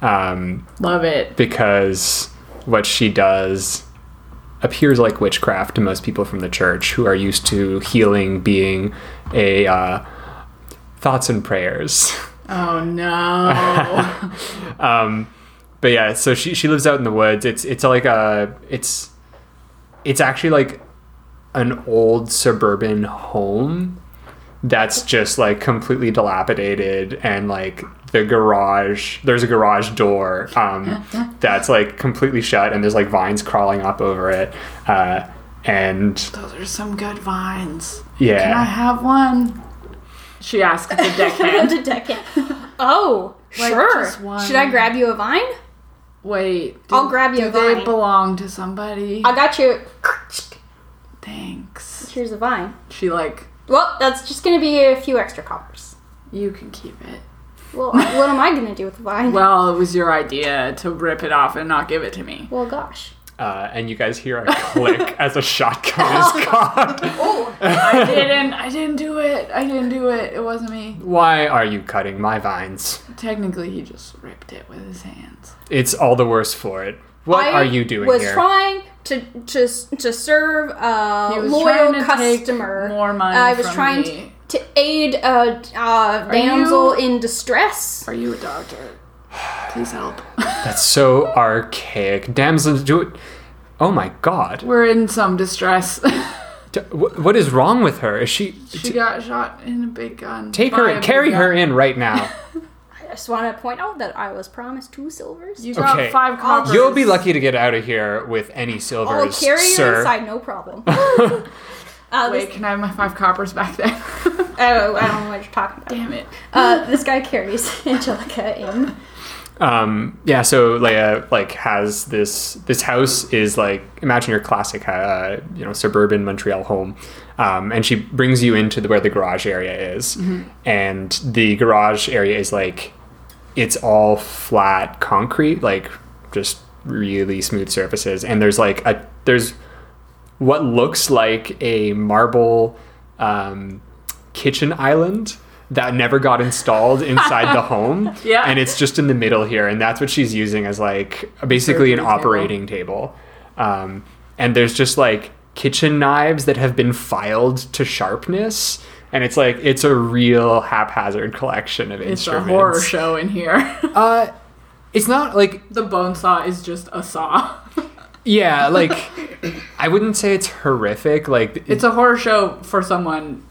um,
Love it.
because what she does appears like witchcraft to most people from the church who are used to healing being a uh, thoughts and prayers.
Oh *laughs* no.
um, but yeah, so she she lives out in the woods. It's it's like a it's it's actually like an old suburban home that's just like completely dilapidated and like the garage there's a garage door
*laughs*
um, that's like completely shut and there's like vines crawling up over it uh, and
Those are some good vines.
yeah
Can I have one? She asks the *laughs* deckhand.
the deckhand. Oh,
Like,
sure.
just one.
Should I grab you a vine?
Wait. do-
I'll grab you
do
a
They
vine.
belong to somebody.
I got you.
Thanks.
Here's a vine.
She like
Well, that's just gonna be a few extra coppers.
You can keep it. *laughs*
Well, what am I gonna do with the vine? Well,
Well, it was your idea to rip it off and not give it to me.
gosh.
uh, and you guys hear a
*laughs*
click as a shotgun is cocked
I didn't. I didn't do it. I didn't do it. It wasn't me.
why are you cutting my vines
Technically, he just ripped it with his hands.
It's all the worse for it. What
I
are you doing
was
here?
trying to to to serve a
He was
loyal
trying to take
customer.
more money
I was
from
trying
me.
to, to aid a, a damsel in distress.
Are you a doctor? Please help.
That's so archaic. Damsels do it. Oh my god.
*laughs* We're in some distress. *laughs*
D- wh- What is wrong with her? Is she.
she got shot in a big gun.
Take
by
her
a
in.
big
Carry her
gun.
in right now.
I just want to point out that I was promised two silvers.
You got
Okay.
five coppers.
You'll be lucky to get out of here with any silvers.
I'll carry you
sir.
inside, no
*laughs*
problem. Oh, Uh,
Wait,
this,
can I have my five coppers back *laughs* then?
oh, I don't know what you're talking about.
Damn it.
Uh, this guy carries *laughs* Angelica in.
Um, yeah, so Leia like has this this house is like imagine your classic uh, you know suburban Montreal home, um, and she brings you into the, where the garage area is, and the garage area is like it's all flat concrete, like just really smooth surfaces, and there's like a there's what looks like a marble um, kitchen island that never got installed
*laughs*
inside the home.
Yeah.
And it's just in the middle here. And that's what she's using as like basically an
Surgery table.
operating table. Um, and there's just like kitchen knives that have been filed to sharpness. And it's like, it's a real haphazard collection of
It's a
instruments.
horror show in here. *laughs*
Uh, it's not like
the bone saw is just a saw.
yeah like i wouldn't say it's horrific like
*laughs* It's a horror show for someone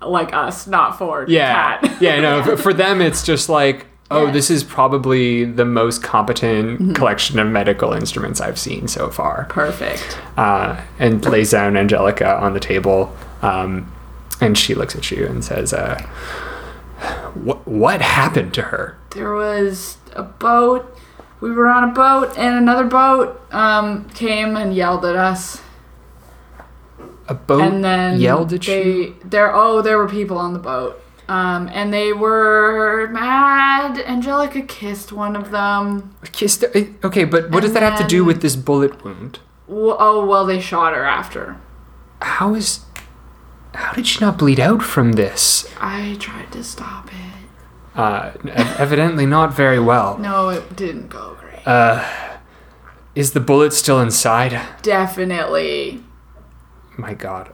like us, not for
Yeah.
cat. *laughs*
yeah, no, for- for them it's just like, oh,
Yeah.
this is probably the most competent
Mm-hmm.
collection of medical instruments I've seen so far.
Perfect.
Uh, and lays down Angelica on the table. Um, and she looks at you and says, uh, what, what happened to her?
There was a boat. We were on a boat, and another boat um, came and yelled at us.
A boat
and then
Oh, yelled at
they,
you?
There, oh, there were people on the boat, um, and they were mad. Angelica kissed one of them.
Kissed her- eh, Okay, but what does
And
that have to do
then-
with this bullet wound?
W- oh well, they shot her after.
How is. How did she not bleed out from this?
I tried to stop it.
Uh, ev- evidently not very well.
No, it didn't go great.
Is the bullet still inside?
Definitely.
My God.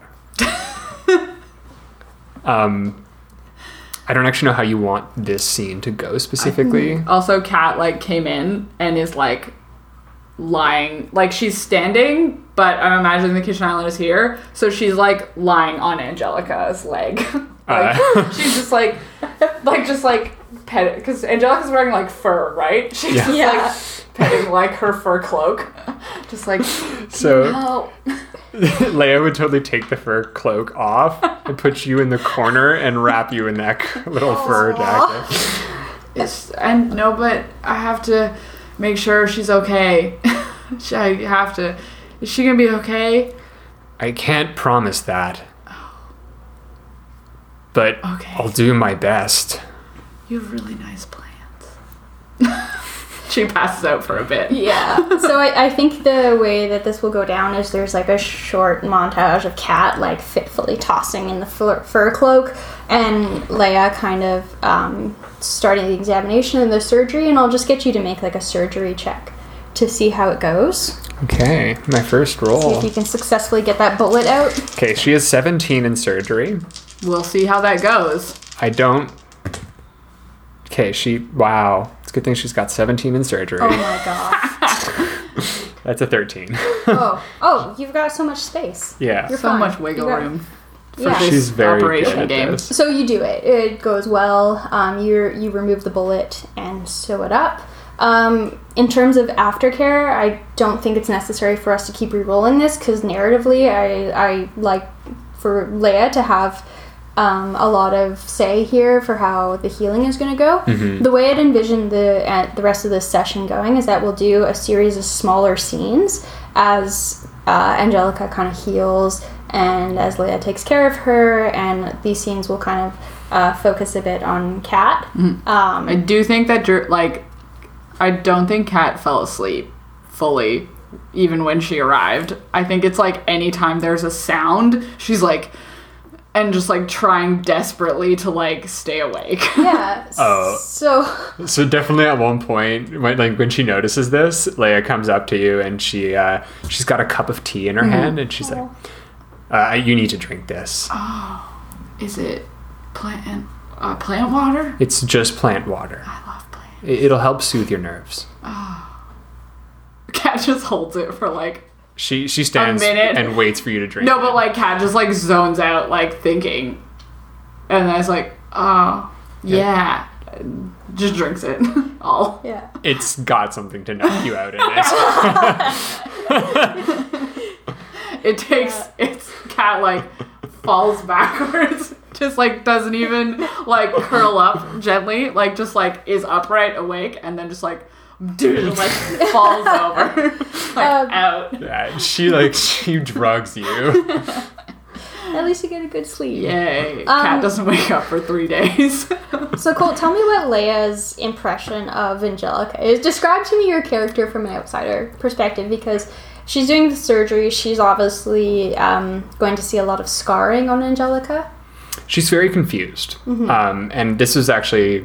um, I don't actually know how you want this scene to go specifically.
Also, Kat like came in and is like lying, like she's standing, but I'm imagining the kitchen island is here, so she's like lying on Angelica's leg. *laughs* like, *laughs*
Uh.
she's just like, like just like pet because Angelica's wearing like fur, right? She's just
Yeah.
like petting like her fur cloak, just like
So
Oh,
*laughs* Leia would totally take the fur cloak off and put you in the corner and wrap you in that *laughs* little fur jacket.
it's and no, but I have to make sure she's okay. *laughs* She- I have to. Is she gonna be okay?
I can't promise that. But
Okay.
I'll do my best.
You have really nice plans. *laughs* she passes out for a bit.
yeah. so I, I think the way that this will go down is there's like a short montage of Cat like fitfully tossing in the fur, fur cloak, and Leia kind of um, starting the examination and the surgery, and I'll just get you to make like a surgery check to see how it goes.
Okay, my first
See if
roll.
you can successfully get that bullet out.
Okay, she is 17 in surgery.
We'll see how that goes.
I don't. Okay, she. Wow. It's a good thing she's got 17 in surgery.
Oh my god.
That's a 13.
oh, oh, you've got so much space.
*laughs* yeah.
You're
So
fine.
much wiggle
You got-
room.
Yeah.
sure.
she's very
Operation
good at
game.
this.
So you do it. It goes well. Um, you you remove the bullet and sew it up. Um, in terms of aftercare, I don't think it's necessary for us to keep re-rolling this because narratively, I I like for Leia to have um, a lot of say here for how the healing is going to go. The way I'd envisioned the uh, the rest of this session going is that we'll do a series of smaller scenes as uh, Angelica kind of heals and as Leia takes care of her, and these scenes will kind of uh, focus a bit on Kat. Um,
I do think that, Drew, like, I don't think Kat fell asleep fully, even when she arrived. I think it's like anytime there's a sound, she's like, and just like trying desperately to like stay awake. *laughs*
*laughs* yeah.
Oh.
So. *laughs*
So definitely at one point, when, like when she notices this, Leia comes up to you and she uh, she's got a cup of tea in her hand and she's like, uh, "You need to drink this.
Is it plant uh, plant water?
It's just plant water.
I love plant.
I- It'll help soothe your nerves."
Kat just holds it for like
She she stands
minute.
and waits for you to drink.
No,
it.
but like Kat just like zones out, like thinking, and I was like, oh yeah, and just drinks it *laughs* all.
Yeah.
it's got something to knock you out in it.
It takes it's Kat like falls backwards *laughs* just like doesn't even like curl up gently, like just like is upright, awake, and then just like
*laughs*
dude, like falls over, *laughs* like
Um,
out.
Yeah, she like *laughs* she drugs you.
At least you get a good sleep.
Yay! Cat
Um,
doesn't wake up for three days. *laughs*
Um,
So Colt, tell me what Leia's impression of Angelica is. Describe to me your character from an outsider perspective because she's doing the surgery. She's obviously um, going to see a lot of scarring on Angelica.
She's very confused, um, and this is actually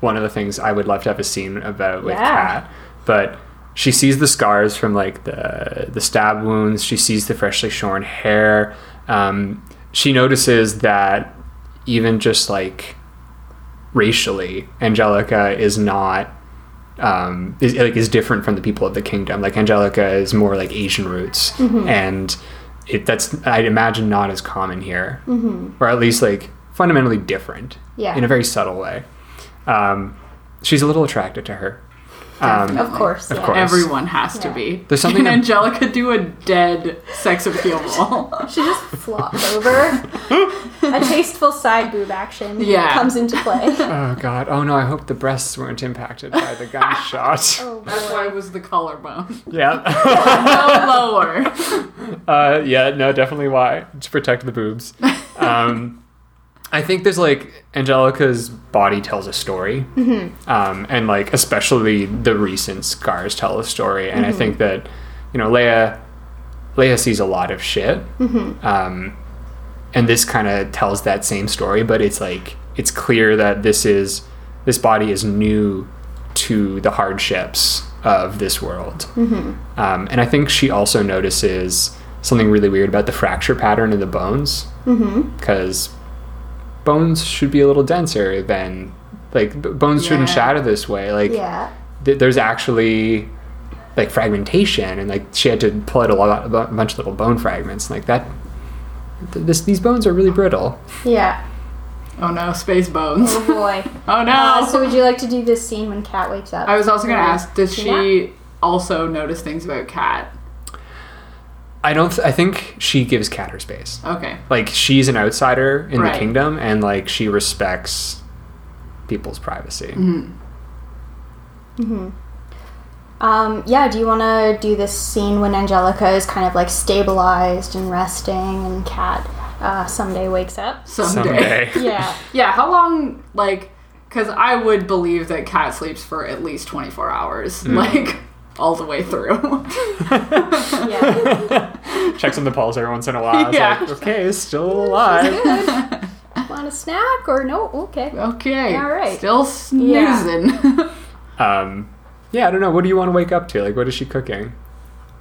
one of the things I would love to have a scene about with
Yeah.
Kat. But she sees the scars from like the the stab wounds. She sees the freshly shorn hair. Um, she notices that even just like racially, Angelica is not um, is like is different from the people of the kingdom. Like Angelica is more like Asian roots, and it that's I'd imagine not as common here, or at least like fundamentally different.
Yeah.
in a very subtle way. Um, she's a little attracted to her. Um,
Of course.
Of
yeah.
course.
Everyone has to
Yeah.
be.
There's
*laughs*
something
Can
ab-
Angelica do a dead sex appeal
*laughs*
ball?
She just flops over. a tasteful side boob action
Yeah.
comes into play.
oh god. Oh no. I hope the breasts weren't impacted by *laughs* the gunshot.
Oh,
That's why it was the collarbone. *laughs*
yeah.
No lower.
Uh, yeah, no, definitely why. To protect the boobs. Um, I think there's like Angelica's body tells a story. Um, and like, especially the recent scars tell a story. And I think that, you know, Leia, Leia sees a lot of shit. Um, and this kind of tells that same story, but it's like, it's clear that this is, this body is new to the hardships of this world. Um, and I think she also notices something really weird about the fracture pattern in the bones.
Mm-hmm.
Because bones should be a little denser than, like, b- bones shouldn't
Yeah.
shatter this way. Like,
yeah.
th- there's actually, like, fragmentation. And, like, she had to pull out a, lot, a bu- a bunch of little bone fragments. Like, that. Th- this, these bones are really brittle.
Yeah.
Oh no, space bones.
Oh boy.
Oh no.
Uh, so would you like to do this scene when Cat wakes up?
I was also gonna ask, does she
Yeah.
also notice things about Cat?
I don't. Th- I think she gives Cat her space.
Okay.
Like she's an outsider in
Right.
the kingdom, and like she respects people's privacy.
Mm-hmm.
Um, yeah, do you want to do this scene when Angelica is kind of like stabilized and resting and Cat uh, someday wakes up?
Someday.
*laughs*
Yeah.
*laughs* yeah, how long, like, because I would believe that Cat sleeps for at least 24 hours, *laughs* like, all the way through.
*laughs*
*laughs*
Yeah.
checks on the pulse every once in a while. It's
Yeah.
like, okay, it's still
*laughs*
alive.
Want a snack or no? Okay.
okay.
All right.
Still
Yeah.
snoozing. *laughs*
Um, yeah, I don't know. What do you want to wake up to? Like, what is she cooking?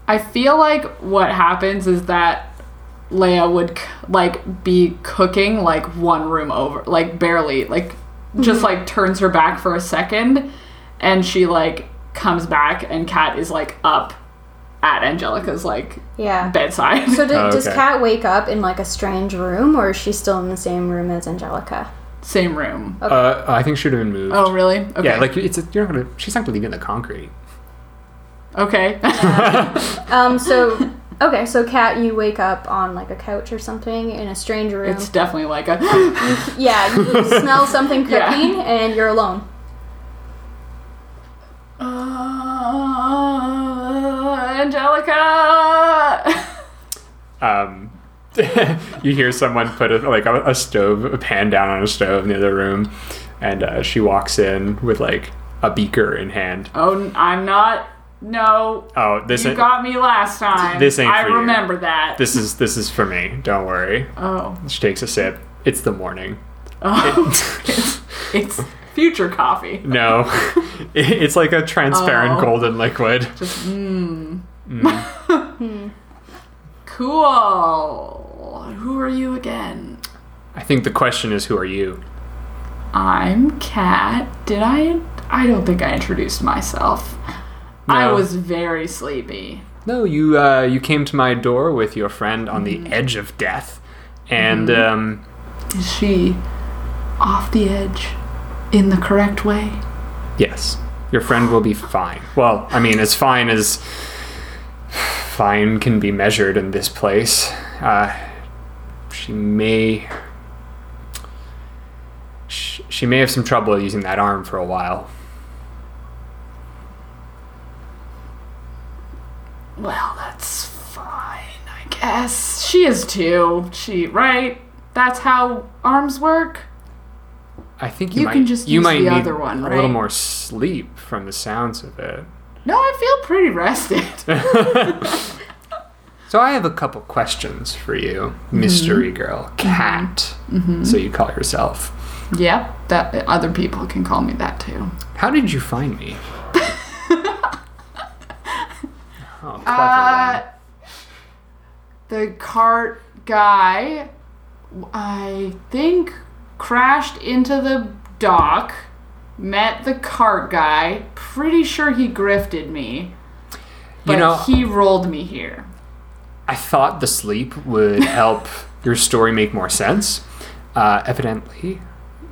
I feel like what happens is that Leia would c- like be cooking like one room over, like barely, like
Mm-hmm.
just like turns her back for a second, and she like comes back, and Kat is like up at Angelica's like
Yeah.
bedside.
So do,
Oh,
does
okay.
Cat wake up in like a strange room or is she still in the same room as Angelica?
*laughs* Same room.
Uh, I think she would have been moved.
Oh really? Okay.
Yeah, like it's you're not gonna. She's not gonna leave it in the concrete.
okay. *laughs*
Um, so, okay, so Cat, you wake up on like a couch or something in a strange room.
it's *laughs* definitely
*laughs*
like a.
yeah,
*laughs*
you smell something
Yeah.
cooking and you're alone.
Uh, Angelica. *laughs*
Um, *laughs* you hear someone put a, like a, a stove, a pan down on a stove in the other room, and uh, she walks in with like a beaker in hand.
Oh, n- I'm not. No.
Oh, this
you
ain't-
got me last time.
This ain't
I
for you.
remember that.
this is this is for me. Don't worry. *laughs*
oh.
She takes a sip. It's the morning. *laughs*
Oh. *laughs* it's future coffee.
No, *laughs* It- it's like a transparent
Oh. Hmm.
golden liquid. Hmm.
*laughs* Cool. Who are you again?
I think the question is, who are you?
I'm Kat. Did I? I don't think I introduced myself. I
No.
was very sleepy.
No, you uh, you came to my door with your friend on the
Mm.
edge of death,
Mm-hmm.
and um,
Is she off the edge in the correct way?
yes, your friend will be fine. Well, I mean, as fine as fine can be measured in this place. Uh, she may She may have some trouble using that arm for a while.
Well, that's fine, I guess. She is too. She right? That's how arms work.
I think you,
You
might,
can just
you
use
might
the
need
other one,
a little
right?
more sleep from the sounds of it.
No, I feel pretty
*laughs*
rested.
So I have a couple questions for you,
Mm-hmm.
mystery girl, cat. So you call yourself.
yep, that other people can call me that too.
How did you find me? oh, clever
Uh, the cart guy, I think, crashed into the dock, met the cart guy. Pretty sure he grifted me, but
one. You know,
he rolled me here.
I thought the sleep would help your story make more sense. Uh, evidently,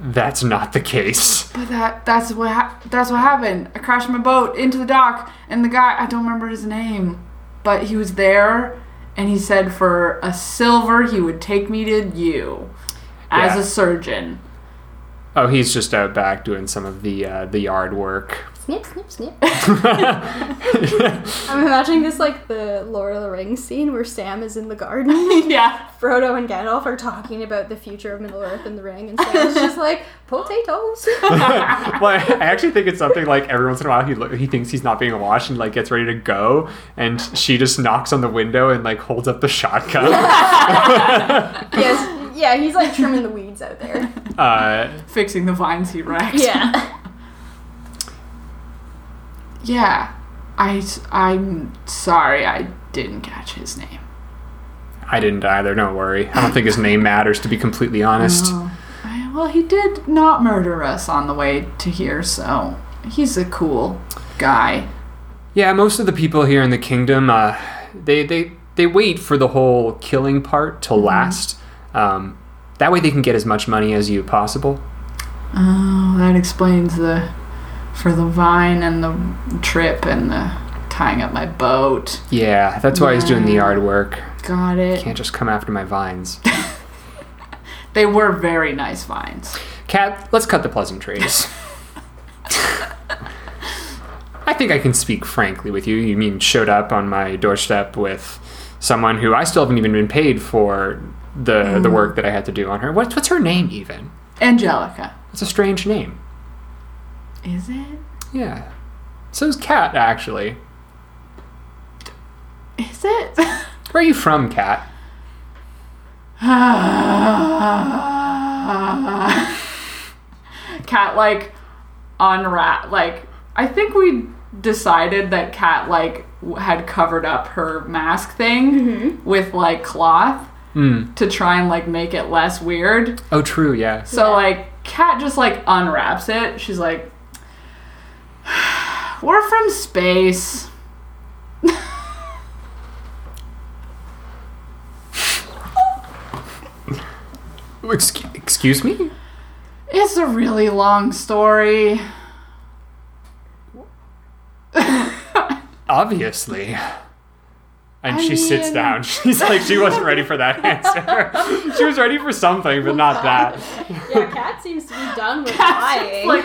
that's not the case.
But that that's what ha- that's what happened. I crashed my boat into the dock, and the guy I don't remember his name, but he was there, and he said for a silver he would take me to you, as
Yeah.
a surgeon.
Oh, he's just out back doing some of the uh, the yard work.
Snip, snip,
*laughs*
snip. I'm imagining this like the Lord of the Rings scene where Sam is in the
*laughs*
garden.
yeah.
Frodo and Gandalf are talking about the future of Middle Earth and the Ring, and Sam's just
*laughs*
like potatoes.
well, I actually think it's something like every once in a while he lo- he thinks he's not being watched and like gets ready to go, and she just knocks on the window and like holds up the shotgun.
yes, yeah, he's like trimming the weeds out there.
uh,
fixing the vines he wrecked.
Yeah,
Yeah. I, I'm sorry I didn't catch his name.
I didn't either. Don't worry. I don't think his name matters. To be completely
Oh.
honest.
I, well, he did not murder us on the way to here, so he's a cool guy.
Yeah, most of the people here in the kingdom, uh, they, they they wait for the whole killing part to last. Um, that way, they can get as much money as you possible.
Oh, that explains the for the vine and the trip and the tying up my boat.
Yeah, that's why he's doing the yard work.
Got it.
Can't just come after my vines.
They were very nice vines.
Cat, let's cut the pleasantries. I think I can speak frankly with you. You mean showed up on my doorstep with someone who I still haven't even been paid for the the work that I had to do on her. What's what's her name even?
Angelica,
It's a strange name.
is it?
Yeah. So's Cat, actually.
Is *laughs* it?
Where are you from, Cat?
cat like unwrap like i think we decided that cat like w- had covered up her mask thing with like cloth to try and like make it less weird
Oh, true, yeah.
so like cat just like unwraps it she's like *sighs* we're from space
Excuse, excuse me?
it's a really long story
Obviously. And
I
she sits
mean-
down. *laughs* She's like, she wasn't ready
*laughs*
for that answer. she was ready for something, but not that.
*laughs* yeah. Cat seems to be done with
It's like *laughs*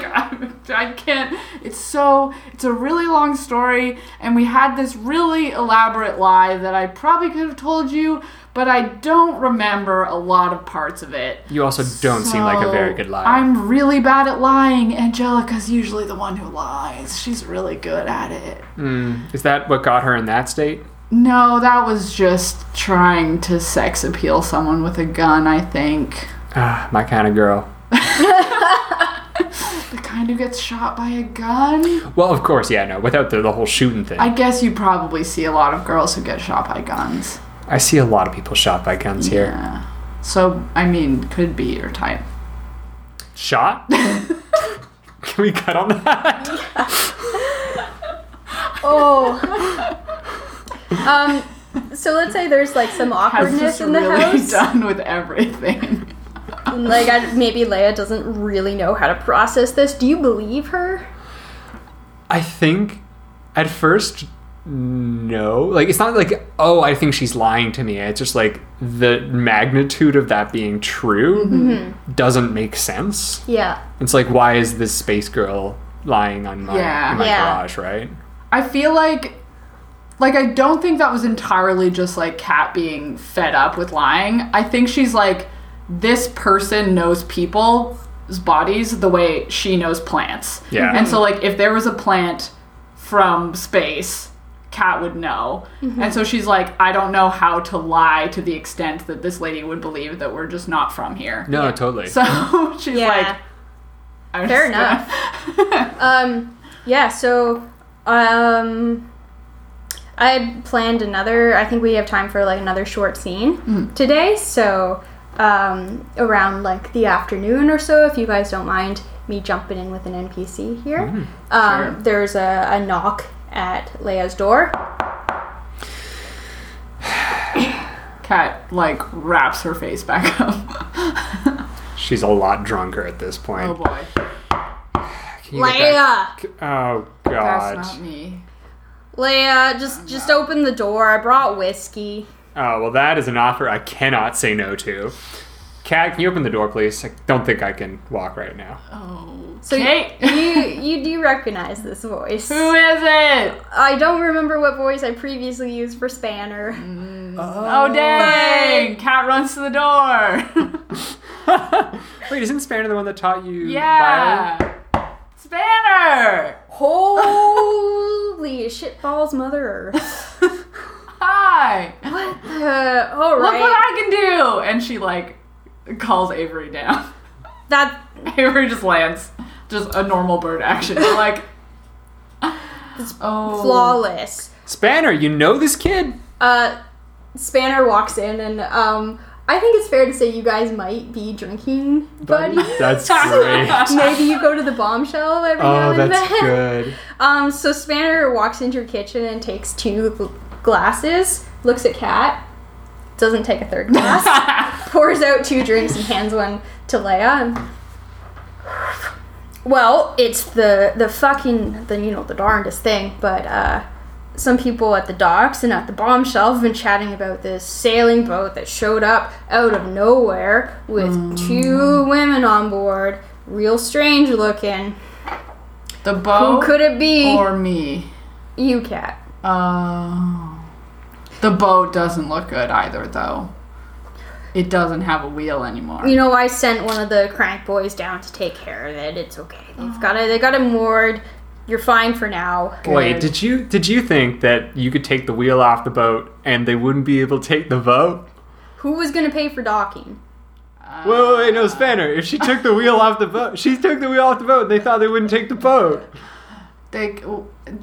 I'm, I can't. It's so. It's a really long story, and we had this really elaborate lie that I probably could have told you, but I don't remember a lot of parts of it.
You also don't seem like a
So,
very good liar.
I'm really bad at lying. Angelica's usually the one who lies. She's really good at it.
Hmm. Is that what got her in that state?
No, that was just trying to sex appeal someone with a gun. I think
Ah, my kind of girl.
the kind who gets shot by a gun.
Well, of course, yeah, no, without the, the whole shooting thing.
I
I,
guess you probably see a lot of girls who get shot by guns.
see a lot of people shot by guns here.
Yeah. So, I mean, could be your type. *laughs*
Shot? Can we cut on that?
oh. *laughs* Um. So let's say there's like some
Has
awkwardness
just
in the
really *laughs*
house.
done with everything.
Like I, maybe Leia doesn't really know how to process this. Do you believe her?
I think at first no like it's not like oh i think she's lying to me it's just like the magnitude of that being true
Mm-hmm.
doesn't make sense
Yeah.
it's like why is this space girl lying on my,
Yeah.
in my
Yeah.
garage right
I feel like like I don't think that was entirely just like Kat being fed up with lying. I think she's like this person knows people's bodies the way she knows plants.
Yeah.
And so like if there was a plant from space, Kat would know.
Mm-hmm.
And so she's like I don't know how to lie to the extent that this lady would believe that we're just not from here.
no
*laughs*
totally
So she's
Yeah.
like I'm
Fair
just gonna- *laughs*
Um, yeah, so um, I had planned another, I think we have time for like another short scene
Mm-hmm.
today. So um, around like the afternoon or so, if you guys don't mind me jumping in with an NPC here,
Mm-hmm.
um, there's a, a knock at Leia's door.
Kat like wraps her face back
*laughs*
up.
she's a lot drunker at this point
Oh boy.
Can you get that-
Leia!
oh
That's
god
not me.
Leia, just just open the door. I brought whiskey.
oh well that is an offer i cannot say no to Kat, can you open the door, please? I don't think I can walk right now.
Oh.
So you-
Kate.
you *laughs* you do recognize this voice.
Who is it?
I don't remember what voice I previously used for Spanner.
Oh, dang! Cat runs to the
*laughs*
door.
Wait, isn't Spanner the one that taught you?
yeah. Spanner.
Holy shit balls, mother earth.
*laughs* Hi.
Uh, all
Look what
right.
I can do. And she like calls Avery down. *laughs*
That
Avery just lands, just a normal bird action. They're
*laughs*
like. Oh.
flawless.
Spanner, you know this kid.
Uh, Spanner walks in and um, I think it's fair to say you guys might be drinking buddies.
That's great.
Maybe you go to the bombshell every now
oh,
and
that's
then.
good.
Um, so Spanner walks into your kitchen and takes two gl- glasses, looks at Kat, doesn't take a third glass, pours out two drinks and hands one to Leia. And well, it's the the fucking the you know the darndest thing, but uh, some people at the docks and at the bombshell have been chatting about this sailing boat that showed up out of nowhere with two women on board, real strange looking.
*laughs* The
Who
boat
could it be?
Oh, or me?
you, Kat.
Oh. The boat doesn't look good either, though. It doesn't have a wheel anymore.
You know, I sent one of the crank boys down to take care of it. It's okay. They've got it. They got it moored. You're fine for now.
Wait, did you did you think that you could take the wheel off the boat and they wouldn't be able to take the boat?
Who was gonna pay for docking?
Uh,
Whoa, whoa, Oh, wait, no, Spanner. If she took the wheel off the boat, she took the wheel off the boat. They thought they wouldn't take the boat.
They,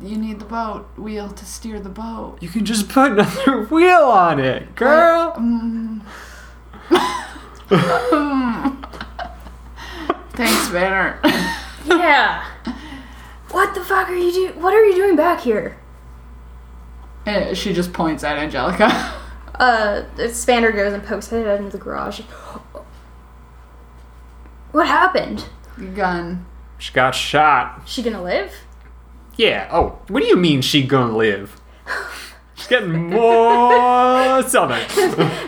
you need the boat wheel to steer the boat.
You can just put another *laughs* wheel on it, girl.
Thanks, Banner.
Yeah. what the fuck are you do? What are you doing back here?
*laughs* Eh, she just points at Angelica. *laughs*
Uh, Spanner goes and pokes his head into the garage. What happened?
Gun.
She got shot.
She gonna live?
Yeah. Oh, what do you mean she gonna live? She's getting more southern.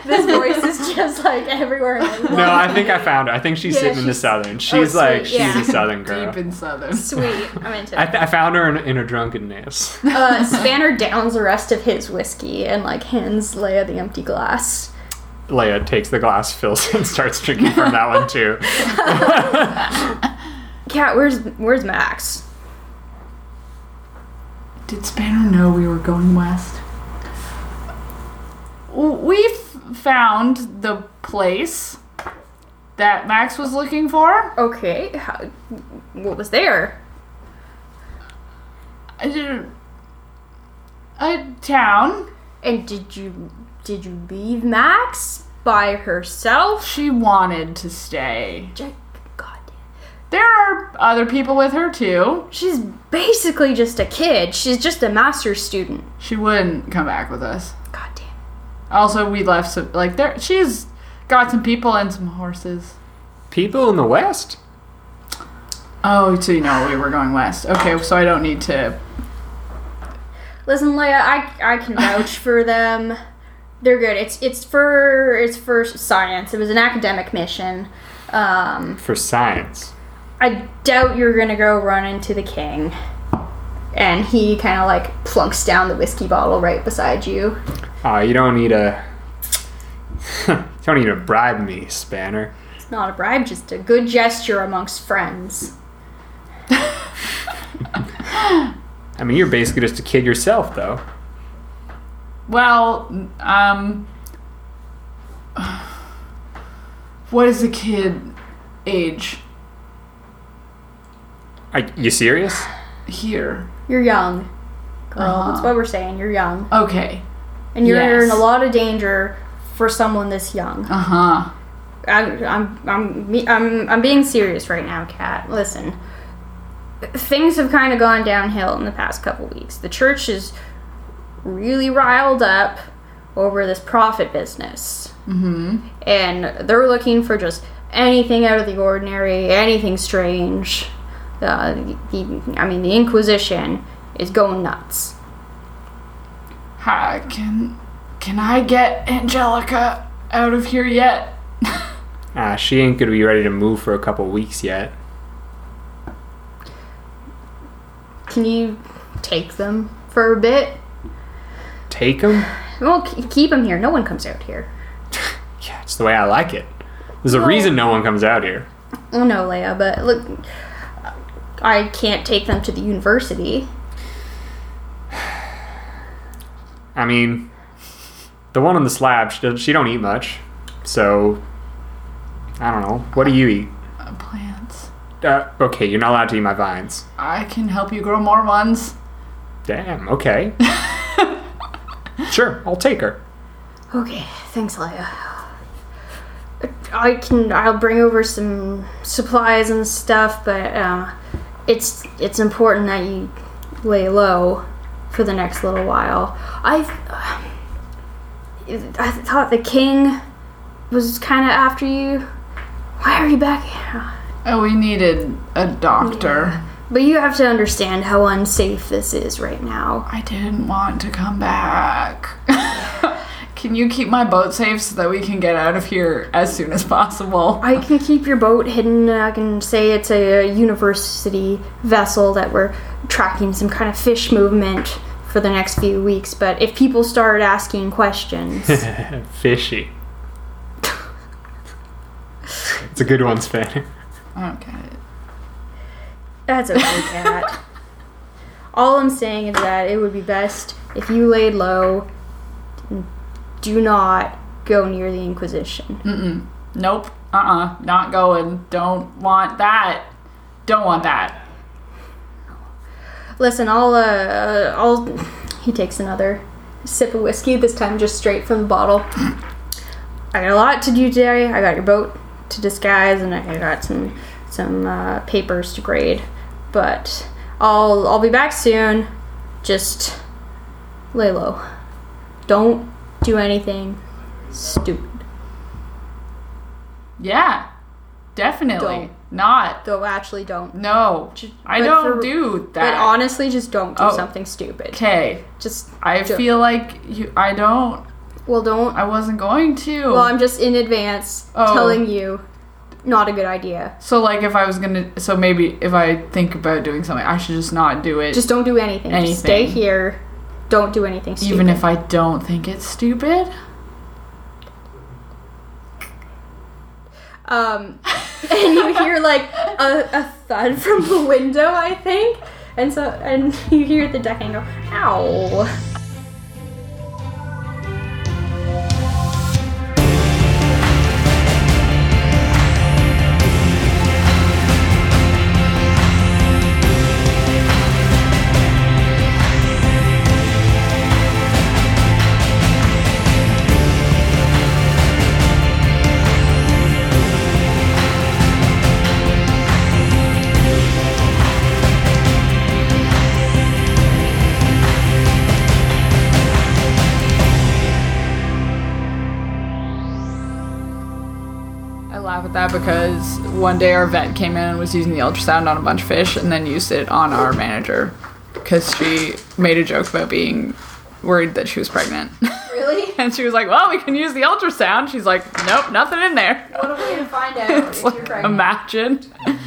This voice is just like everywhere. I'm
No, I think I found her. I think she's oh,
Yeah,
sitting in the
she's-
southern. She's
sweet,
like she's
yeah.
*laughs*
a southern girl.
Deep in southern.
Sweet, I'm into
I,
it.
th- I found her in, in her drunkenness.
Uh, Spanner downs the rest of his whiskey and like hands Leia the empty glass.
Leia takes the glass, fills, it, and starts drinking from that one too.
Cat, where's where's Max?
Did Spanner know we were going west? We f- found the place that Max was looking for.
Okay, how, what was there?
I did- A town.
And did you did you leave Max by herself?
She wanted to stay.
Jack, God,
There are other people with her too.
she's basically just a kid. She's just a master's student.
She wouldn't come back with us.
God damn.
Also, we left some like there. She's got some people and some horses.
People in the West?
Oh, so you know we were going west. Okay, so I don't need to
Listen, Leia, I I *laughs* can vouch for them. They're good. It's it's for it's for science. It was an academic mission. Um,
for science.
I doubt you're gonna go run into the king. And he kind of like plunks down the whiskey bottle right beside you.
Uh, you don't need a. *laughs* you don't need to bribe me, Spanner.
It's not a bribe, just a good gesture amongst friends.
I mean, you're basically just a kid yourself, though.
Well, um, *sighs* what is a kid age
Are you serious?
here?
You're young, girl. That's
Uh-huh.
what we're saying. You're young,
Okay.
and you're
Yes.
in a lot of danger for someone this young.
Uh huh.
I'm, I'm, I'm, me- I'm, I'm being serious right now, Kat. Listen, things have kind of gone downhill in the past couple weeks. The church is really riled up over this profit business. Mm-hmm. And they're looking for just anything out of the ordinary, anything strange. Uh, the, I mean, the Inquisition is going nuts.
Hi, can can I get Angelica out of here yet?
Uh, she ain't gonna be ready to move for a couple weeks yet.
Can you take them for a bit?
Take 'em?
Well, k- keep them here. No one comes out here.
Yeah, it's the way I like it. There's a reason no one comes out here.
Oh no, Leia, but look, I can't take them to the university.
I mean, the one on the slab, she, does, she don't eat much, so I don't know. What do you eat?
Uh, plants.
Uh, okay, you're not allowed to eat my vines.
I can help you grow more ones.
Damn. Okay. sure, I'll take her.
Okay, thanks, Leia. I can. I'll bring over some supplies and stuff, but uh, it's it's important that you lay low for the next little while. I I thought the king was kind of after you. Why are you back here?
Oh, we needed a doctor.
But you have to understand how unsafe this is right now.
I didn't want to come back. *laughs* can you keep my boat safe so that we can get out of here as soon as possible?
I can keep your boat hidden. I can say it's a university vessel that we're tracking some kind of fish movement for the next few weeks. But if people start asking questions,
Fishy. it's a good one, Spanner.
I don't get it.
that's okay, Kat. All I'm saying is that it would be best if you laid low. and Do not go near the Inquisition.
Nope. Uh uh Not going. Don't want that. Don't want that.
Listen, I'll, uh, I'll. He takes another sip of whiskey, this time just straight from the bottle. I got a lot to do today. I got your boat to disguise, and I got some some uh, papers to grade. But I'll I'll be back soon. Just lay low. Don't do anything stupid.
Yeah. Definitely. Not.
Though actually don't.
No. I
but
don't
for-
do
But
that.
honestly, just don't do
Oh.
something stupid.
okay.
Just
I
Don't.
feel like you, I don't.
well, don't.
I wasn't going to.
Well, I'm just in advance
Oh.
telling you, not a good idea.
so like, if I was gonna, so maybe if I think about doing something, I should just not do it.
Just don't do anything. Just stay
Anything.
here. Don't do anything stupid.
even if I don't think it's stupid.
um, *laughs* *laughs* and you hear like a, a thud from the window, I think, and so and *laughs* you hear the decking go, ow.
I laugh at that because one day our vet came in and was using the ultrasound on a bunch of fish, and then used it on our manager. because she made a joke about being worried that she was pregnant. *laughs*
Really?
and she was like, well, we can use the ultrasound. She's like, nope, nothing in there.
What a way to find out if you're pregnant.
Imagine.